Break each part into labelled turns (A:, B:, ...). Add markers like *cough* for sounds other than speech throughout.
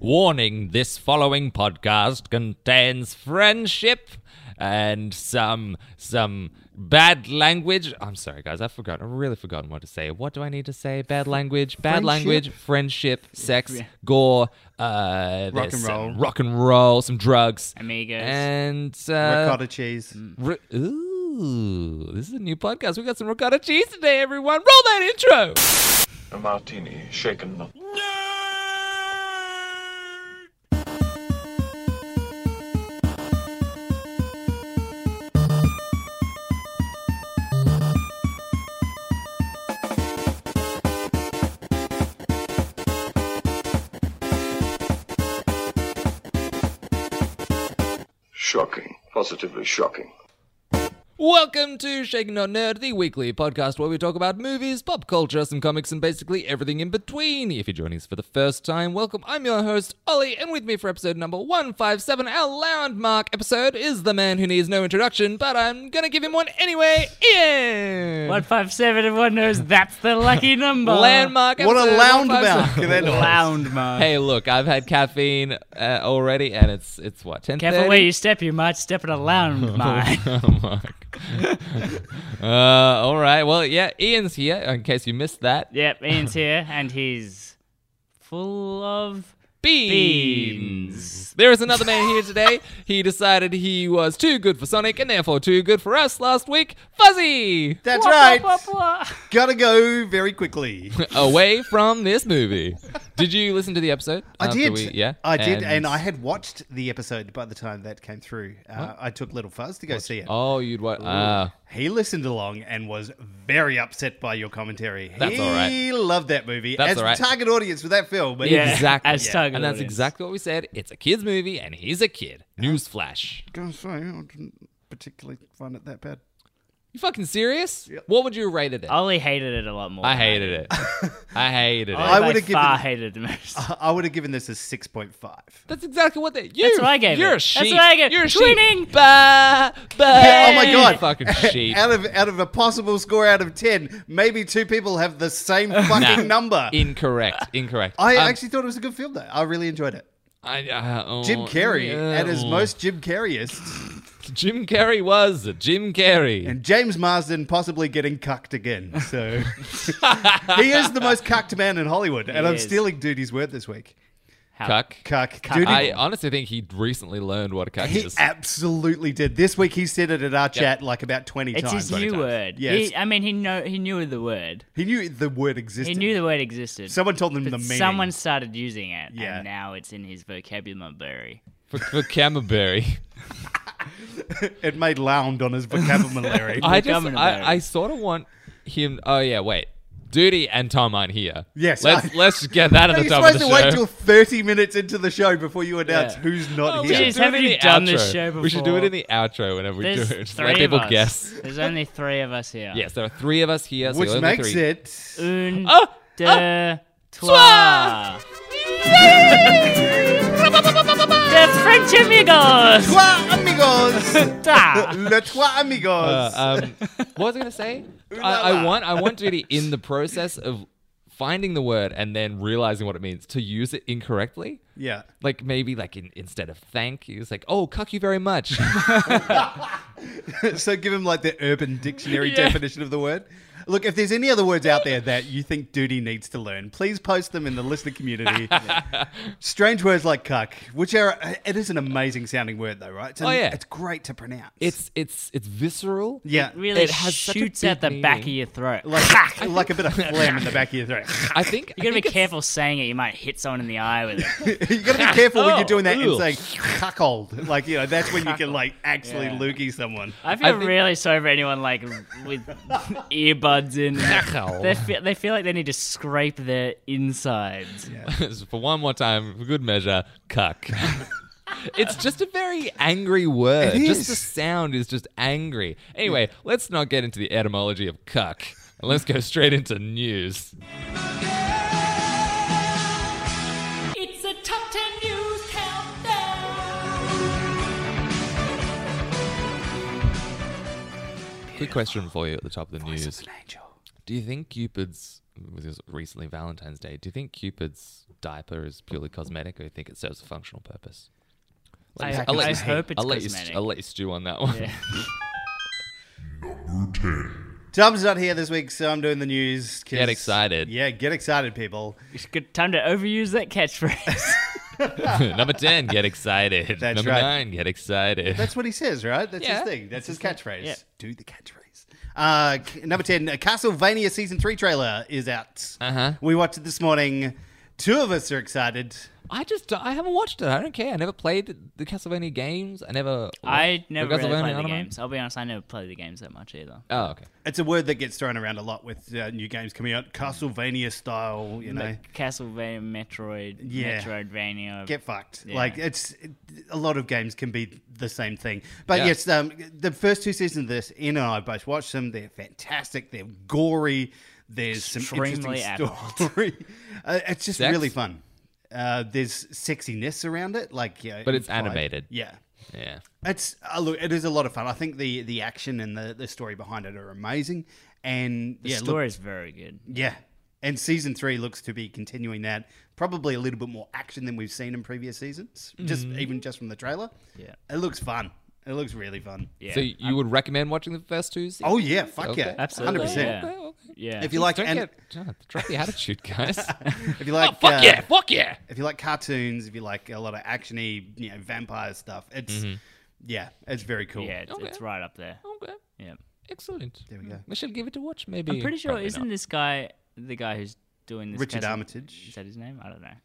A: Warning this following podcast contains friendship and some some bad language. I'm sorry guys, I've forgotten I've really forgotten what to say. What do I need to say? Bad language, bad
B: friendship.
A: language, friendship, sex,
B: Yeah.
A: gore, uh
B: Rock
A: there's
B: and
A: some
B: roll.
A: rock and roll, some drugs.
B: Amigos.
A: And uh Mm.
C: Ricotta cheese.
A: ri- Ooh, this is a new podcast. We got some ricotta cheese today, everyone. Roll that intro.
D: A martini, shaken not. Shocking, positively shocking.
A: Welcome to Shaking Not Nerd, the weekly podcast where we talk about movies, pop culture, some comics, and basically everything in between. If you're joining us for the first time, welcome. I'm your host, Ollie, and with me for episode number 157, our landmark episode, is the man who needs no introduction, but I'm gonna give him one anyway. Ian!
B: 157, everyone knows that's
A: *laughs*
B: the lucky number.
A: Landmark
C: What a
A: episode
C: loungeback! *laughs*
A: 157.
C: That noise.
B: Lound, man.
A: Hey, look, I've had caffeine uh, already, and it's it's what ten
B: Careful where you step, you might step in
C: *laughs*
B: a lounge, man.
A: *laughs* Oh my God. *laughs* uh, all right. Well, yeah, Ian's here. In case you missed that,
B: yep, Ian's here, and he's full of
A: beans.
B: beans.
A: There is another man here today. He decided he was too good for Sonic and therefore too good for us last week. Fuzzy,
C: That's
B: Wah,
C: right.
B: wah, wah, wah.
C: Gotta go very
A: *laughs*
C: quickly.
A: away from this movie. Did you listen to the episode?
C: I
A: after
C: did.
A: we- yeah,
C: I did, and I had watched the episode by the time that came through. Uh, I took Little Fuzz to go see it.
A: Oh, you'd what? Ah,
C: He listened along and was very upset by your commentary.
A: That's
C: he
A: all right.
C: loved that movie
A: That's
C: as
A: all right.
C: target audience for that film. But
B: Yeah.
A: exactly.
B: as target
A: and that's
B: audience.
A: exactly what we said. It's a kids' movie, and he's a kid. Newsflash.
C: Gotta say, I didn't particularly find it that bad.
A: You fucking serious? What would you rate it?
C: Uh,
A: At?
B: Ollie hated it a lot more.
A: I hated
C: *laughs*
A: it. I hated it.
B: I would
C: would've
B: have
C: given-
B: far hated the most.
A: Ah,
C: I- I would have given this a six point five.
A: That's exactly what they. You,
B: That's what I gave
A: You're
B: it.
A: a
B: That's
A: sheep.
B: what I gave-
A: You're a
B: Twinning.
A: sheep. Bah, bah.
C: Yeah, oh my
A: you *laughs*
C: God.
A: Fucking
C: *laughs*
A: sheep.
C: Out of out of a possible score out of ten, maybe two people have the same fucking
A: Nah.
C: number.
A: incorrect. Incorrect.
C: I
A: Um,
C: actually thought it was a good film though. I really enjoyed it.
A: I, uh, oh,
C: Jim Carrey
A: yeah. oh.
C: at his most Jim Carreyest,
A: Jim Carrey was Jim Carrey.
C: and James Marsden possibly getting cucked again. So he is the most cucked man in Hollywood, and I'm
B: is.
C: stealing Dude's word this week.
B: How-
A: Cuck.
C: Cuck,
B: Cuck.
C: Duty.
A: I honestly think he recently learned what a cuck
C: he
A: is.
C: absolutely did. This week he said it at our chat like about twenty
B: It's
C: times.
B: his new word.
C: Yeah,
B: He-
C: it's-
B: I mean, he know he knew the word.
C: He knew the word
B: He
C: existed.
B: knew the word existed.
C: Someone told him
B: but
C: the meaning.
B: Someone started using it,
C: Yeah.
B: and now it's in his vocabulary.
A: for, for
C: *laughs*
A: Camembert. *laughs*
C: It made lound on his vocabulary.
A: *laughs* I just,
B: Camembert.
A: I, I sort of want him. Oh yeah, wait. Duty and Tom aren't here.
C: Yes,
A: Let's
C: I-
A: let's just get that at
C: You're
A: the top of
C: supposed
A: the
C: to
A: show.
C: wait till 30 minutes into the show before you announce
B: Yeah.
C: who's not
A: Oh, we
C: here.
A: should
B: Jeez,
A: do it
B: haven't
A: in
B: you
A: the
B: done
A: outro.
B: this show
A: We should do it
B: before?
A: in the outro whenever we
B: There's
A: do it. Just
B: three
A: let people
B: of us.
A: guess.
B: There's only three of us here.
A: Yes, there are three of us here. so
C: Which
A: only
C: makes
A: three.
C: it.
B: Un,
A: Oh,
B: deux,
A: trois.
B: trois. The French amigos.
C: Trois
A: *laughs*
C: amigos!
B: Ta.
C: Le Trois Amigos!
A: Uh, um, what was I going to say? I, I want I want Judy in the process of finding the word and then realizing what it means to use it incorrectly.
C: yeah. *laughs*
A: Like maybe like in, instead of thank you, it's like oh cuck you very *laughs* much.
C: So give him like the urban dictionary
B: Yeah.
C: definition of the word. Look, if there's any other words out there that you think Duty needs to learn, please post them in the listener
A: *laughs*
C: community. Strange words like cuck, which are, it is an amazing sounding word though, right? It's
A: Oh, yeah.
C: It's great to pronounce.
A: it's it's it's visceral.
C: yeah.
B: Really
A: It has such a
B: shoots
A: big
B: out the back of
A: meaning.
B: your throat.
C: like, *laughs* like a bit of phlegm in the back of your throat.
A: I think
B: you gotta
A: I
B: be
A: think it's-
B: careful saying it. You might hit someone in the eye with
C: *laughs*
B: it.
C: you gotta be careful when
A: Oh,
C: you're doing that
A: ew.
C: and saying cuckold. Like, you know, that's when you can like actually
B: Yeah.
C: loogie someone.
B: I feel
A: think-
B: really sorry for anyone like
A: *laughs*
B: with earbuds in.
A: Hell.
B: They feel, they feel like they need to scrape their insides. Yeah.
A: *laughs* for one more time, for good measure, cuck. *laughs* it's just a very angry word.
C: It
A: just
C: is.
A: the sound is just angry. Anyway, let's not get into the etymology of cuck. And let's go straight into news.
E: It's a top 10 news countdown.
A: Quick question for you at the top of the news.
C: Angel.
A: Do you think Cupid's was this recently Valentine's Day? Do you think Cupid's diaper is purely cosmetic, or you think it serves a functional purpose?
B: I,
C: pack
B: I
C: up some
B: hope it's
A: I'll let, you,
B: cosmetic.
A: I'll let you stew on that one.
B: Yeah.
C: Tom's not here this week, so I'm doing the news. 'cause-
A: Get excited.
C: Yeah, get excited, people.
B: It's good time to overuse
A: *laughs*
B: that catchphrase.
A: Number ten, get
B: *laughs*
A: excited.
C: That's
A: Number
C: right.
A: nine, get excited.
C: That's what he says, right? That's
A: Yeah.
C: his thing. That's his catchphrase.
B: Yeah.
C: Do the catchphrase. Uh, c- number 10, uh, Castlevania Season 3 trailer is out.
A: Uh-huh.
C: We watched it this morning. Two of us are excited.
A: I just I haven't watched it. I don't care. I never played the Castlevania games. I never.
B: I
A: the
B: never really
A: Castlevania
B: play the
A: anime.
B: games. I'll be honest, I never play the games that much either.
A: Oh, okay.
C: It's a word that gets thrown around a lot with uh, new games coming out. Castlevania style, you know.
B: Like Castlevania, Metroid,
C: Yeah.
B: Metroidvania.
C: get fucked.
B: Yeah.
C: Like it's a lot of games can be the same thing. But
A: Yeah.
C: yes, um, the first two seasons of this, Ian and I both watched them. They're fantastic. They're gory. There's some
B: Extremely
C: interesting story. *laughs* uh, it's just
A: Sex?
C: really fun. Uh, there's sexiness around it, like yeah,
A: But it's
C: implied.
A: animated.
C: Yeah,
A: Yeah.
C: it's uh, look, it is a lot of fun. I think the the action and the, the story behind it are amazing. And
B: the
C: yeah, look,
B: story is very good.
C: yeah. And season three looks to be continuing that. Probably a little bit more action than we've seen in previous seasons. Just even just from the trailer.
B: Mm-hmm. Yeah.
C: It looks fun. It looks really fun.
B: Yeah.
A: So you would recommend watching the first two? Seasons?
C: Oh yeah, fuck
A: Okay.
C: yeah.
B: Absolutely,
C: 100%.
B: yeah. yeah.
C: If you like
A: Don't
C: and
A: get God, drop the
C: *laughs*
A: attitude, guys.
C: if you
B: Oh,
C: like
A: fuck
C: uh,
A: yeah! Fuck yeah!
C: if you like cartoons, if you like a lot of actiony, you know, vampire stuff, it's yeah, it's very cool.
B: Mm-hmm. yeah, it's, it's
A: Okay.
B: right up there.
A: Okay,
B: Yeah.
A: excellent. There
C: we go.
A: We should give it a watch. Maybe.
B: I'm pretty sure
A: Probably
B: isn't
A: not.
B: this guy the guy who's doing this?
C: Richard
B: Castle-
C: Armitage.
B: Is that his name? I don't know.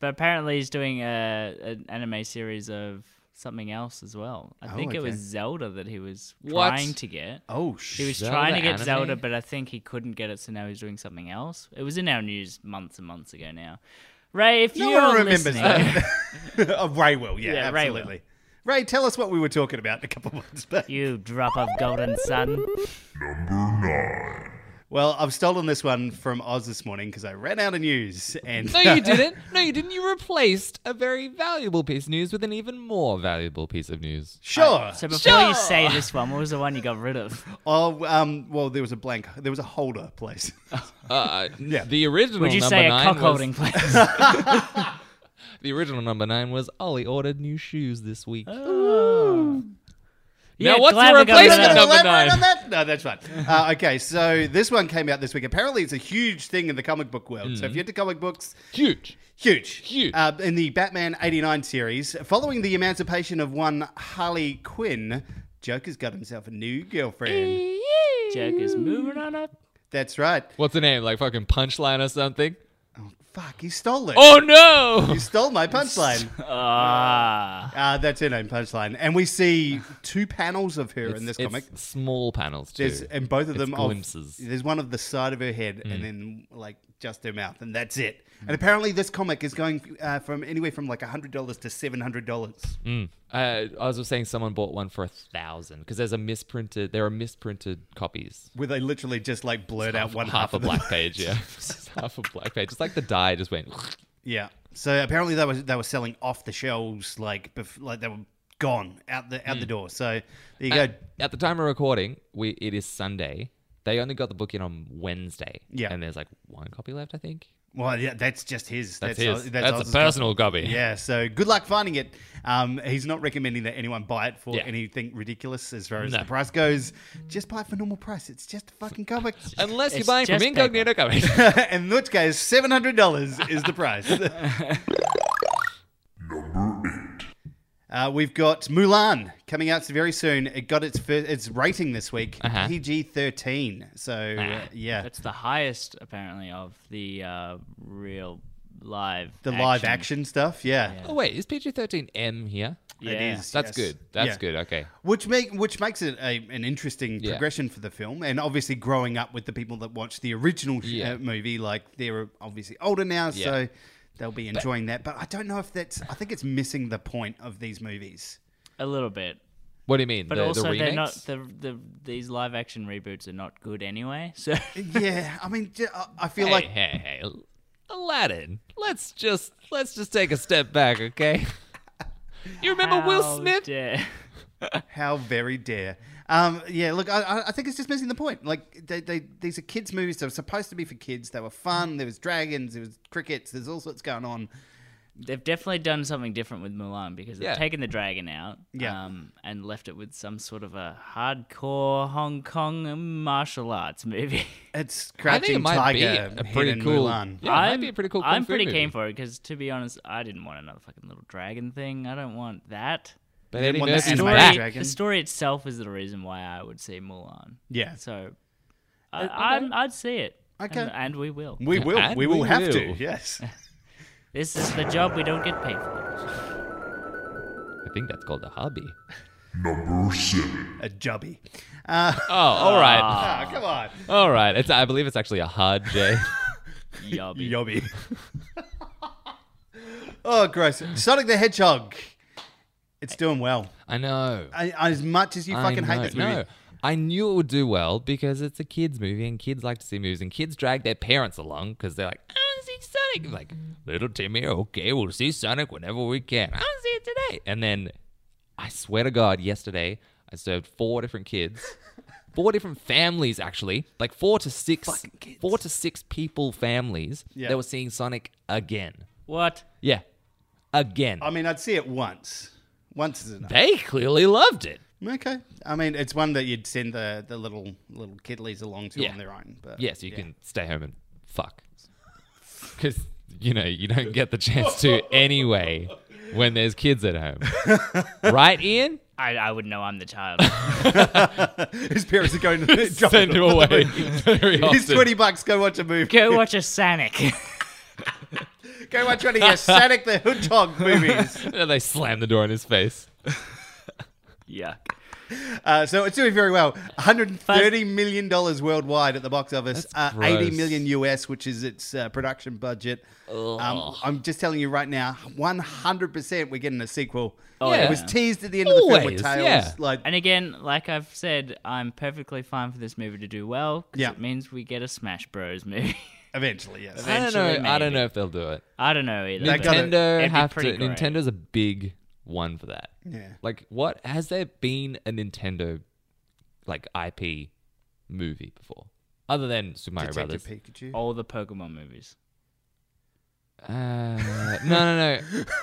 B: But apparently he's doing a, an anime series of something else as well. I think it was
C: Oh, okay.
B: Zelda that he was
A: What?
B: trying to get.
C: Oh
B: He
C: shit.
B: was
A: Zelda
B: trying to get
A: anime?
B: Zelda, but I think he couldn't get it, so now he's doing something else. It was in our news months and months ago now. Ray, if
C: No
B: you're
C: one remembers
B: listening,
C: that. *laughs* oh, Ray will, yeah,
B: Yeah, Ray will.
C: absolutely. Ray, tell us what we were talking about a couple of months back.
B: *laughs* you drop of golden sun.
C: Well, I've stolen this one from Oz this morning because I ran out of news. And
A: No, you didn't. No, you didn't. You replaced a very valuable piece of news with an even more valuable piece of news.
C: *laughs* sure.
B: So before you say this one, what was the one you got
A: *laughs*
B: rid of?
C: oh, um, well, there was a blank. There was a holder
A: *laughs*
C: place.
A: Uh,
C: *laughs* Yeah.
A: The original
B: Would you
A: number
B: say a
A: nine
B: cock
A: was- *laughs*
B: holding place?
A: The original number nine was Ollie ordered new shoes this week.
C: Oh.
B: Yeah,
A: now what's
B: glad
A: your
B: we got rid of
A: replacement
B: that.
A: number
C: elaborate
A: nine?
C: on that? No, that's fine. Uh, okay, so this one came out this week. Apparently, it's a huge thing in the comic book world. So if you're into comic books,
A: Huge.
C: Huge.
A: Hmm. Huge.
C: Uh, in the Batman 89 series, following the emancipation of one Harley Quinn, Joker's got himself a new
A: Eh.
C: girlfriend.
B: Joker's moving on up.
C: That's right.
A: What's the name? Like fucking punchline or something?
C: Fuck, he stole it.
A: Oh no!
C: He stole my punchline.
B: Ah,
C: Uh, that's her name, punchline. And we see two panels of her in this
A: It's-
C: comic.
A: it's small panels too.
C: There's, and both of
A: It's
C: them of-
A: glimpses. Mm.
C: there's one of the side of her head, and then like just her mouth, and that's it. And apparently, this comic is going uh, from anywhere from like hundred dollars to seven hundred dollars.
A: Uh, I was just saying someone bought one for a thousand because there's a misprinted. There are misprinted
C: *laughs*
A: copies.
C: Where they literally just like blurred out one
A: half
C: half,
A: a
C: of the-
A: black page, yeah. *laughs* Just half a black page. It's like the dye just
C: *laughs*
A: went.
C: Yeah. So apparently they were they were selling off the shelves like bef- like they were gone out the out
A: Mm.
C: the door. So there you go.
A: At the time of recording, we it is Sunday. They only got the book in on Wednesday.
C: Yeah.
A: And there's like one copy left, I think.
C: Well, yeah, that's just his.
A: That's,
C: Oz-
A: his.
C: Oz's
A: That's, a
C: copy.
A: personal copy.
C: Yeah. So good luck finding it. Um, he's not recommending that anyone buy it for
A: Yeah.
C: anything ridiculous as far as
A: No.
C: the price goes. Just buy it for normal price. It's just a
A: *laughs*
C: fucking comic.
A: Unless you're
B: It's
A: buying from
B: just
A: Incognito Comics.
C: *laughs*
B: *laughs*
C: In which case, seven hundred dollars is the
A: *laughs*
C: price. *laughs* Uh, we've got Mulan coming out very soon. It got its first, its rating this week,
A: Uh-huh.
C: PG thirteen. So
A: Ah.
C: uh, yeah,
B: that's the highest apparently of the uh, real live.
C: the live action stuff. Yeah,
A: oh, wait. Is PG 13 M here?
B: Yeah.
C: it is.
A: That's
C: yes.
A: good. That's
C: Yeah.
A: good. Okay.
C: Which make which makes it a, an interesting
A: Yeah.
C: progression for the film, and obviously growing up with the people that watched the original sh-
A: Yeah.
C: uh, movie, like they're obviously older now,
A: Yeah.
C: so they'll be enjoying that. But I don't know if that's. I think it's missing the point of these movies.
B: A little bit,
A: What do you mean?
B: but
A: the,
B: also
A: the
B: they're not
A: remakes?
B: the, the these live action reboots are not good anyway. So
C: yeah, I mean, j- I- I feel
A: Uh, hey,
C: like
A: hey, hey. Aladdin. Let's just let's just take a step back, okay? *laughs* You remember Will
B: How
A: Smith?
B: dare-
C: How very dare. Um, yeah, look, I- I, I think it's just missing the point. Like, they, they, these are kids' movies. They were supposed to be for kids. They were fun. There was dragons. There was crickets. There's all sorts going on.
B: They've definitely done something different with Mulan because they've
A: Yeah.
B: taken the dragon out
C: Yeah.
B: um, and left it with some sort of a hardcore Hong Kong martial arts movie.
C: It's
A: I think it
C: crouching
A: might
C: tiger,
A: be a
C: hidden
A: pretty cool.
C: Mulan.
A: *laughs* Yeah, it might be a pretty cool.
B: I'm
A: kung fu
B: pretty
A: movie.
B: keen for it because, to be honest, I didn't want another fucking little dragon thing. I don't want that.
A: But
C: You
A: Eddie
C: want that
A: Murphy's
C: animated
A: back.
C: dragon?
B: The story itself is the reason why I would see Mulan.
C: Yeah.
B: So
A: Uh,
B: I, I'm, I'd see it.
C: Okay.
B: And, and we will.
C: We will.
A: And
C: we will
A: we
C: have to.
A: will. *laughs*
C: Yes.
B: This is the job we don't get paid for.
A: I think that's called a hobby.
C: a jubby.
A: Oh, all right,
C: Ah, come on.
A: all right. It's I believe it's actually a hard
B: *laughs*
A: J.
B: Yobby.
C: Yobby. *laughs* oh, gross. Sonic the Hedgehog. It's doing well.
A: I know.
C: I, as much as you fucking
A: I
C: hate
A: know.
C: this movie.
A: No, I knew it would do well because it's a kids movie and kids like to see movies and kids drag their parents along because they're like, I want to see Sonic. I'm like little Timmy, okay, we'll see Sonic whenever we can. I want to see it today. And then I swear to God, yesterday I served four different kids.
C: *laughs*
A: Four different families, actually, like four to six, four to six people families
C: Yeah.
A: that were seeing Sonic again.
B: What?
A: Yeah, again.
C: I mean, I'd see it once. Once is enough. Mm,
A: they clearly loved it.
C: Okay. I mean, it's one that you'd send the, the little little kiddies along to
A: Yeah.
C: on their own. But
A: Yes, you
C: yeah.
A: can stay home and fuck. *laughs* Because, you know, you don't get the chance
C: *laughs*
A: to anyway when there's kids at home. right, Ian?
B: I, I would know I'm
A: *laughs*
B: the child.
C: *laughs* His parents are going to drop
A: Send
C: it
A: him
C: off.
A: away *laughs* very often.
C: Here's twenty bucks. Go watch a movie.
B: Go watch a Sonic.
C: Go watch one
A: *laughs*
C: of your Sonic the Hedgehog movies.
A: And they slam the door in his face.
B: Yuck.
C: Uh, so it's doing very well. 130 million dollars worldwide at the box office. Uh,
A: That's
C: 80
A: gross.
C: million US, which is its uh, production budget. Um, I'm just telling you right now, 100 percent we're getting a sequel.
A: Oh, yeah.
C: It was teased at the end of the film with
A: Always,
C: tails.
A: yeah.
C: Like
B: And again, like I've said, I'm perfectly fine for this movie to do well because
C: Yeah.
B: it means we get a Smash Bros. *laughs* movie.
C: eventually, yes.
A: I don't know.
B: Eventually,
A: I don't
B: maybe.
A: know if they'll do it.
B: I don't know either.
C: They
B: but
C: gotta-
A: Nintendo
B: it'd be
A: have to.
B: pretty great.
A: Nintendo's a big one for that.
C: Yeah.
A: Like, what has there been a Nintendo like IP movie before, other than Super Mario Brothers?
C: Detective Pikachu.
A: Oh,
B: all the Pokemon movies.
A: Uh, no, no, no.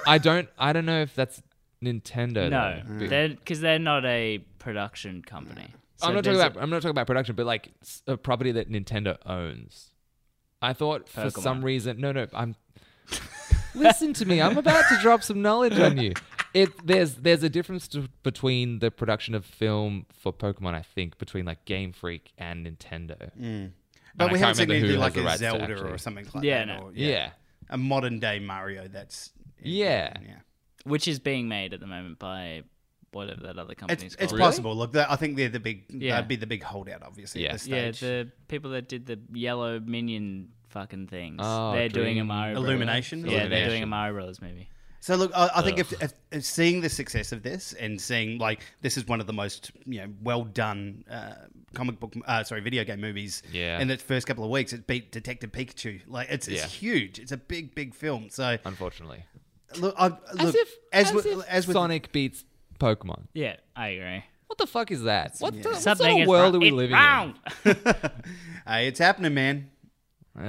A: I don't. I don't know if that's Nintendo.
B: No,
A: though.
B: because they're not a production company. So
A: I'm not talking
B: there's a-
A: about. i I'm not talking about production, but like s- a property that Nintendo owns. I thought for
B: Pokemon.
A: some reason. No, no. I'm. Listen to me. I'm about to drop some knowledge on you. It there's there's a difference to, between the production of film for Pokemon. I think between like Game Freak and Nintendo.
C: But
A: And
C: we
A: I
C: haven't
A: can't
C: seen
A: remember who
C: anything
A: has
C: like
A: the
C: a
A: rights to
C: Zelda or
A: actually-
C: something like
B: Yeah,
C: that.
B: no.
C: or-
A: Yeah.
C: A modern day Mario that's
A: Yeah.
C: yeah.
B: which is being made at the moment by whatever that other
C: It's,
B: company's
C: it's
B: called.
C: possible. Look, that- I think they're the big.
B: Yeah.
C: That'd be the big holdout, obviously.
A: Yeah.
C: At this
B: yeah,
C: stage.
B: the people that did the yellow minion fucking things.
A: Oh,
B: they're doing a
A: Dream
B: Mario Brothers.
C: Illumination?
B: Yeah, they're doing a
A: Illumination.
B: Mario Brothers movie.
C: So look, I, I think if, if, if seeing the success of this and seeing like this is one of the most you know well done uh, comic book, uh, sorry, video game movies.
A: Yeah.
C: In its first couple of weeks, it beat Detective Pikachu. Like it's, it's
A: Yeah. Uh,
C: huge. It's a big, big film. So
A: Unfortunately,
C: look, I, look
A: as if as,
C: with,
A: if
C: as with
A: Sonic beats Pokemon.
B: Yeah, I agree.
A: What the fuck is that? What, the, what sort
B: Something
A: of
B: is
A: world are
B: wrong.
A: we
B: It's
A: living
B: wrong.
C: Hey, it's happening, man.
A: in?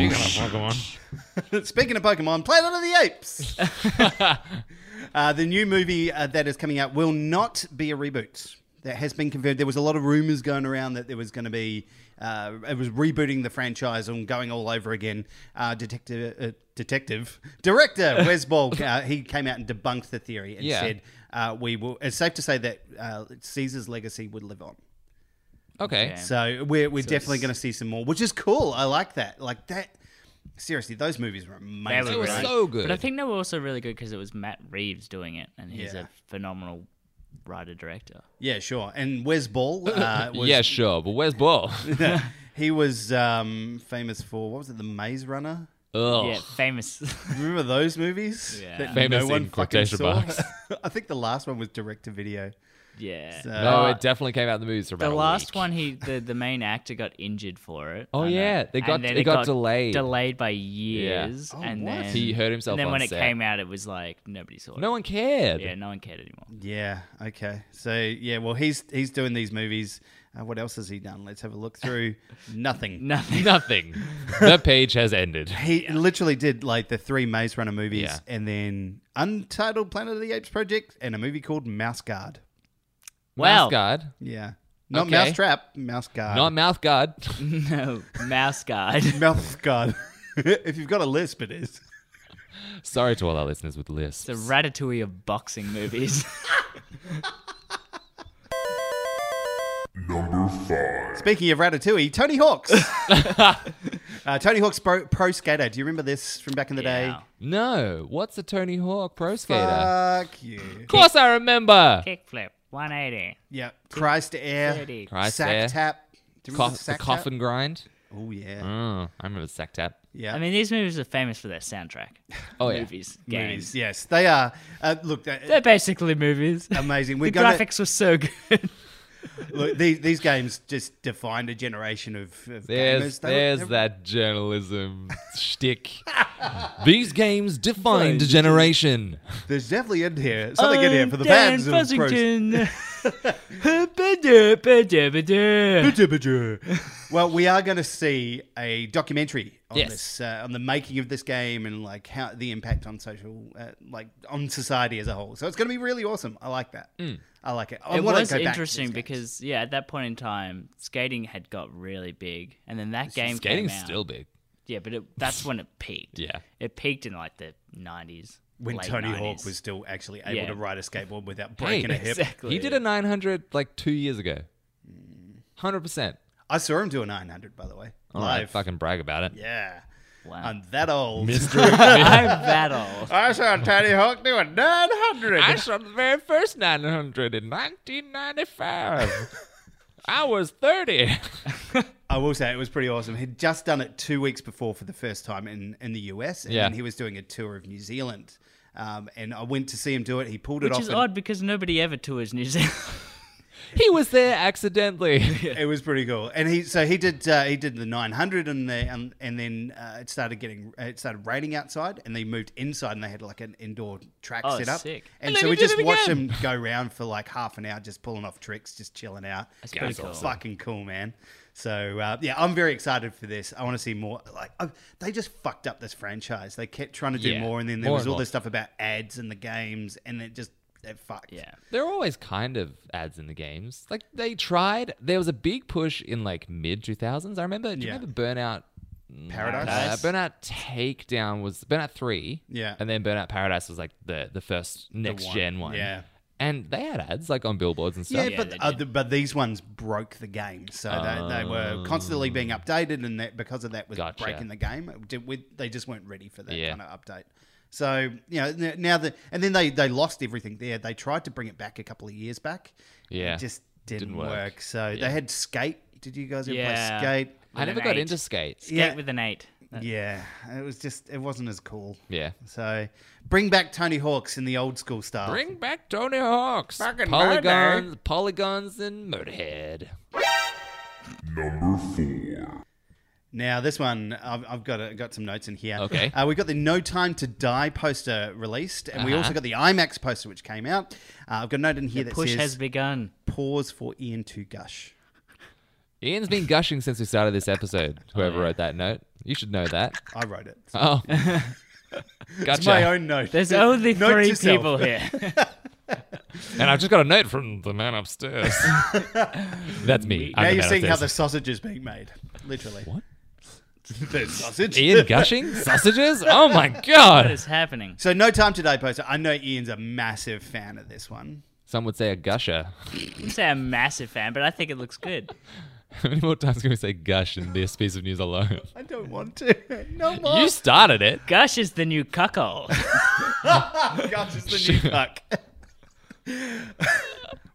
A: Speaking of Pokemon,
C: Speaking of Pokemon, Planet of the Apes.
A: *laughs*
C: *laughs* uh, the new movie uh, that is coming out will not be a reboot. That has been confirmed. There was a lot of rumors going around that there was going to be. Uh, it was rebooting the franchise and going all over again. Uh, detective, uh, detective, director
A: *laughs*
C: Wes Ball. Uh, he came out and debunked the theory and
A: Yeah.
C: said, uh, "We will." It's safe to say that uh, Caesar's legacy would live on.
A: okay,
B: Yeah.
C: So we're we're definitely going to see some more, which is cool. I like that. Like that. Seriously, those movies were amazing.
A: they were
B: Right.
A: so good.
B: But I think they were also really good because it was Matt Reeves doing it, and he's
C: Yeah.
B: a phenomenal writer director.
C: Yeah, sure. And Wes Ball,
A: *laughs*
C: uh, was,
A: yeah, sure, but where's
B: *laughs*
A: Ball?
C: he was um, famous for what was it, The Maze Runner?
A: Ugh.
B: Yeah, famous. *laughs*
C: Remember those movies?
A: *laughs*
B: Yeah.
C: that
A: Famous in
C: fucking *laughs*
A: quotation marks.
C: I think the last one was direct to video.
B: Yeah.
C: So-
A: No, it definitely came out in the movies for about
B: Uh, the
A: a
B: last
A: week.
B: one, he the, the main actor got injured for it.
A: Oh,
B: I know.
A: yeah, they
B: And
A: got-
B: then
A: it got delayed.
B: delayed by years,
C: Oh,
B: and
C: what?
B: then
A: He hurt himself
B: And then
A: on
B: when it
A: set.
B: came out, it was like nobody saw it.
A: No one cared.
B: yeah, no one cared anymore. *laughs*
C: Yeah. Okay. So yeah. Well, he's he's doing these movies. Uh, what else has he done? Let's have a
A: *laughs*
C: look through. Nothing. *laughs*
A: *laughs*
B: Nothing. *laughs*
A: Nothing. the page has ended.
C: He literally did like the three Maze Runner movies,
A: Yeah.
C: and then Untitled Planet of the Apes project, and a movie called Mouse Guard.
B: Well.
A: Mouth guard.
C: Yeah. Not
A: Okay.
C: Mouse Trap. Mouse Guard.
A: Not mouth guard. *laughs*
B: no, mouse guard. *laughs*
C: Mouse Guard. *laughs* if you've got a lisp, it is.
A: Sorry to all our listeners with lists.
B: the ratatouille of
C: *laughs*
B: boxing movies.
C: Speaking of Ratatouille, Tony
A: *laughs*
C: Hawk's. uh, Tony Hawk's pro, pro skater. Do you remember this from back in the day?
B: Yeah.
A: No, what's a Tony Hawk pro skater?
C: Fuck you.
A: Of course I remember.
B: Kickflip, 180.
C: Yeah. Christ Air.
B: Thirty.
A: Christ
C: sack
A: Air.
C: Tap. Do you
A: Co-
C: remember
A: the
C: Sack Tap?
A: coffin grind.
C: Oh yeah.
A: Oh, I remember Sack Tap.
C: Yeah.
B: I mean, these movies are famous for their soundtrack.
A: Oh yeah.
C: Movies,
B: movies, games.
C: Yes, they are. Uh, look, uh,
B: They're basically movies.
C: amazing.
B: the
C: We're gonna,
B: graphics were so good.
C: Look, these, these games just defined a generation of, of
A: There's
C: gamers. They were-
A: there's
C: they were-
A: that journalism shtick. *laughs* These games defined a generation.
C: There's definitely in here something in here for the
B: Oh, Dan
C: fans of pros.
B: Fuzzington.
C: Well, we are going to see a documentary on
A: Yes.
C: this, uh, on the making of this game and like how the impact on social, uh, like on society as a whole. So it's going to be really awesome. I like that. I like it. *laughs* I
B: Mm. it
C: wanna
B: was
C: go back to
B: interesting
C: these games.
B: because yeah, at that point in time, skating had got really big, and then that game came
A: Skating's
B: out.
A: still big.
B: yeah, but it, that's when it peaked.
A: Yeah.
B: it peaked in like the nineties.
C: when
B: late
C: Tony
B: 90s.
C: Hawk was still actually able
B: Yeah.
C: to ride a skateboard without breaking a hip.
B: exactly.
A: He did a 900 like two years ago. Hundred percent.
C: I saw him do a 900, by the way.
A: All right,
C: live.
A: fucking brag about it.
C: Yeah.
B: Wow.
C: I'm that old.
B: I'm that old.
C: *laughs* I saw Tony Hawk do a 900.
A: I shot the very first 900 in
B: *laughs*
A: 1995. I was 30.
C: I will say it was pretty awesome. He'd just done it two weeks before for the first time in, in the US. And
A: Yeah.
C: then he was doing a tour of New Zealand. Um, and I went to see him do it. He pulled it
B: Which
C: off.
B: is
C: and
B: odd because nobody ever tours New
A: *laughs*
B: Zealand. *laughs*
A: He was there accidentally.
C: It was pretty cool. And he so he did uh, he did the 900 and the and, and then uh, it started getting it started raining outside and they moved inside and they had like an indoor track
B: Oh,
C: set up.
B: sick.
C: And,
A: And then
C: so
A: he
C: we
A: did
C: just
A: it
C: watched
A: again.
C: him go around for like half an hour just pulling off tricks, just chilling out.
B: That's
C: It
B: pretty
C: was
B: cool.
C: Fucking cool, man. So uh, yeah, I'm very excited for this. I want to see more. Like I, they just fucked up this franchise. They kept trying to do
A: Yeah.
C: more, and then there
A: More
C: was
A: and
C: all
A: more.
C: this stuff about ads and the games, and it just it fucked.
B: yeah.
A: there are always kind of ads in the games. Like they tried. There was a big push in like mid 2000s. I remember. Do you
C: Yeah.
A: remember Burnout?
C: Paradise.
A: Uh,
B: Paradise.
A: Burnout Takedown was Burnout Three.
C: Yeah.
A: And then Burnout Paradise was like the the first next
C: one,
A: gen one.
C: yeah.
A: And they had ads like on billboards and
C: Yeah,
A: stuff.
C: but other, but these ones broke the game, so they, they were constantly being updated, and that because of that was
A: Oh. Gotcha.
C: breaking the game. It did- we- they just weren't ready for that
A: Yeah.
C: kind of update. So you know n- now that and then they they lost everything there. They tried to bring it back a couple of years back.
A: Yeah.
C: it just didn't,
A: Didn't
C: work.
A: work.
C: So they had skate. Did you guys ever play
B: Yeah.
C: skate?
A: I never
B: an
A: got
B: eight.
A: into skates.
B: Skate
C: yeah.
B: with an eight. That-
C: Yeah, it was just it wasn't as cool.
A: Yeah.
C: So bring back Tony Hawk's in the old school style.
A: Bring back Tony Hawk's
C: Back in my
A: polygons, polygons, and Motorhead.
C: Now this one, I've, I've got a, got some notes in here.
A: Okay.
C: uh, we got the No Time to Die poster released, and
A: Uh-huh.
C: we also got the IMAX poster which came out. Uh, I've got a note in here that
B: Push
C: says
B: has begun.
C: "Pause for Ian to gush."
A: Ian's been gushing since we started this episode. Whoever wrote that note, you should know that.
C: I wrote it. It's *laughs*
A: Oh, gotcha.
C: my own note.
B: There's only
C: Note
B: three
C: to self.
B: people here.
C: *laughs*
A: And I've just got a note from the man
C: *laughs*
A: upstairs. That's me. I'm
C: Now
A: the
C: you're
A: man
C: seeing how the
A: upstairs.
C: sausage is being made. Literally.
A: What?
C: *laughs* the sausage.
A: Ian gushing sausages. Oh my god!
B: what is happening?
C: So No Time to Die poster. I know Ian's a massive fan of this one.
A: Some would say a gusher.
B: I wouldn't say I'm a massive fan, but I think it looks good.
A: How *laughs* many more times can we say gush in this piece of news
C: *laughs*
A: alone? *laughs*
C: I don't want to. No more.
A: You started it.
B: Gush is the
C: *laughs*
B: new cuckold.
C: Guts is the new fuck. *laughs*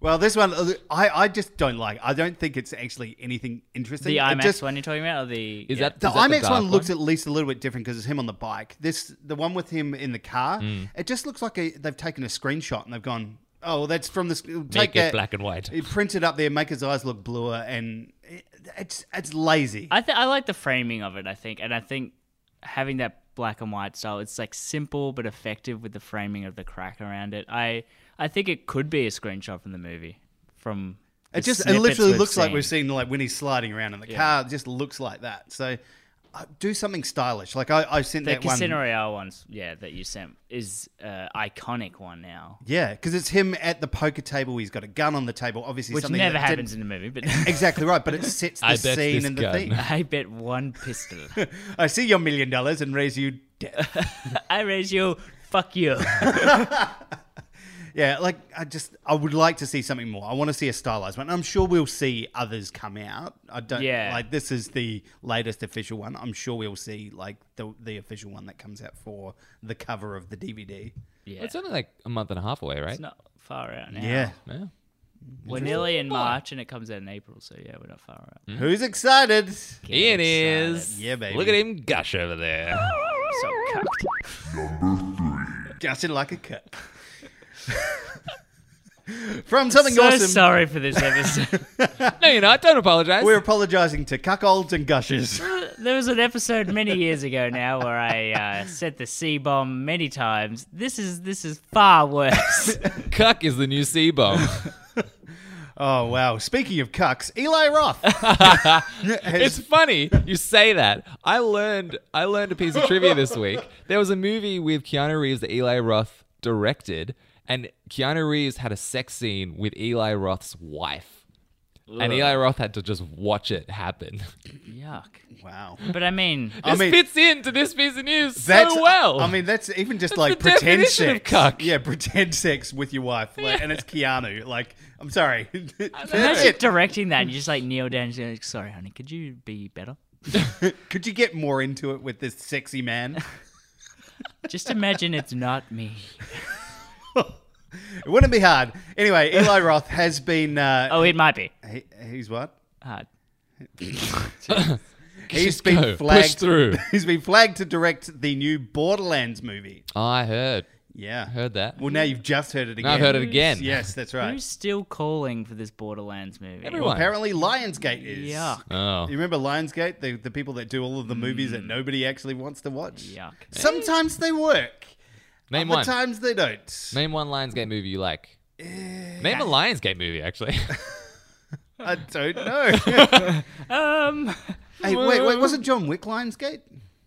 C: well, this one, I, I just don't like. I don't think it's actually anything interesting.
B: The
C: It
B: IMAX
C: just-
B: one you're talking about, or the
A: Is
B: yeah.
A: that
C: The
A: is that
C: IMAX
A: dark
C: one looks at least a little bit different because it's him on the
A: Hmm.
C: bike. This, the one with him in the car, it just looks like a, they've taken a screenshot and they've gone, Oh, well, that's from the sc- take
A: Make
C: that
A: it black and white.
C: He printed up there, make his eyes look bluer, and it- it's it's lazy.
B: I th- I like the framing of it. I think, and I think having that black and white style, it's like simple but effective with the framing of the crack around it. I I think it could be a screenshot from the movie. From the
C: it just it
B: snippets
C: literally
B: we've
C: looks like
B: seen.
C: we've seen like when he's sliding around in the car. It just looks like that. So uh, do something stylish. Like I, I sent
B: the
C: that
B: Casino
C: one.
B: Royale ones. Yeah, that you sent is uh, iconic one now,
C: Yeah, because it's him at the poker table. He's got a gun on the table. Obviously,
B: which
C: something
B: never
C: that
B: happens
C: didn't-
B: in the movie. But
C: *laughs*
B: *laughs*
C: exactly right, but it sets the
A: I bet
C: scene
A: this
C: and the
A: gun.
C: theme.
B: I bet one pistol.
C: *laughs*
B: *laughs*
C: I see your million dollars and raise you debt.
B: I raise you. Fuck you.
C: Yeah, like I just I would like to see something more. I want to see a stylized one. I'm sure we'll see others come out. I don't
B: Yeah.
C: like this is the latest official one. I'm sure we'll see like the the official one that comes out for the cover of the DVD.
B: Yeah,
A: It's only like a month and a half away, right?
B: it's not far out now.
C: Yeah.
A: Yeah.
B: We're nearly
A: Oh.
B: in March and it comes out in April, so yeah, we're not far out. uh,
C: Who's excited?
A: Ian Mm. is.
C: Yeah, baby.
A: Look at him gush over there.
B: So
A: *laughs*
B: cucked.
C: Gushing like a cut. *laughs* From something awesome.
B: sorry for this episode. *laughs*
A: no, you're not. Don't apologize.
C: We're apologizing to cuckolds and gushers.
B: there was an episode many years ago now where I uh, set the C bomb many times. This is this is
A: *laughs*
B: far worse.
A: Cuck is the new C
C: *laughs*
A: bomb.
C: Oh wow! Speaking of cucks, Eli
A: *laughs*
C: Roth.
A: it's funny you say that. I learned I learned a piece of trivia this week. There was a movie with Keanu Reeves that Eli Roth directed, and Keanu Reeves had a sex scene with Eli Roth's wife, and Eli Roth had to just watch it happen.
B: Yuck.
C: wow.
B: But I mean,
A: This
C: mean-
A: fits into this piece of news so well.
C: I mean, that's even just
A: That's
C: like
A: the
C: pretend
A: definition of
C: sex.
A: cuck.
C: Yeah, pretend sex with your wife, like, and it's Keanu. Like, I'm sorry. *laughs* That's
B: imagine
C: it.
B: directing that and you just like kneel down and just like, sorry, honey, could you be better?
C: Could you get more into it with this sexy man?
B: Just imagine it's not me.
C: It wouldn't be hard.
A: *laughs*
C: Anyway, Eli Roth has been. Uh,
B: Oh, it might be. Uh,
C: he, he's what?
B: Hard.
C: He's
A: Just
C: been
A: go. Push
C: flagged
A: through.
C: He's been flagged to direct the new Borderlands movie.
A: Oh, I heard
C: Yeah,
A: heard that.
C: Well, now you've just heard it again.
A: Now I've heard it again.
C: Yes, that's right.
B: Who's still calling for this Borderlands movie?
A: Everyone.
C: Apparently, Lionsgate is.
B: Yuck.
A: Oh,
C: You remember Lionsgate, the, the people that do all of the movies
A: Mm.
C: that nobody actually wants to watch?
B: Yuck.
C: Sometimes they work.
A: name
C: Other
A: one.
C: times they don't.
A: Name one Lionsgate movie you like.
C: Eh,
A: Name a Lionsgate movie, actually. *laughs*
C: I don't know. *laughs*
B: Um,
C: hey, wait, wait, wasn't John Wick Lionsgate?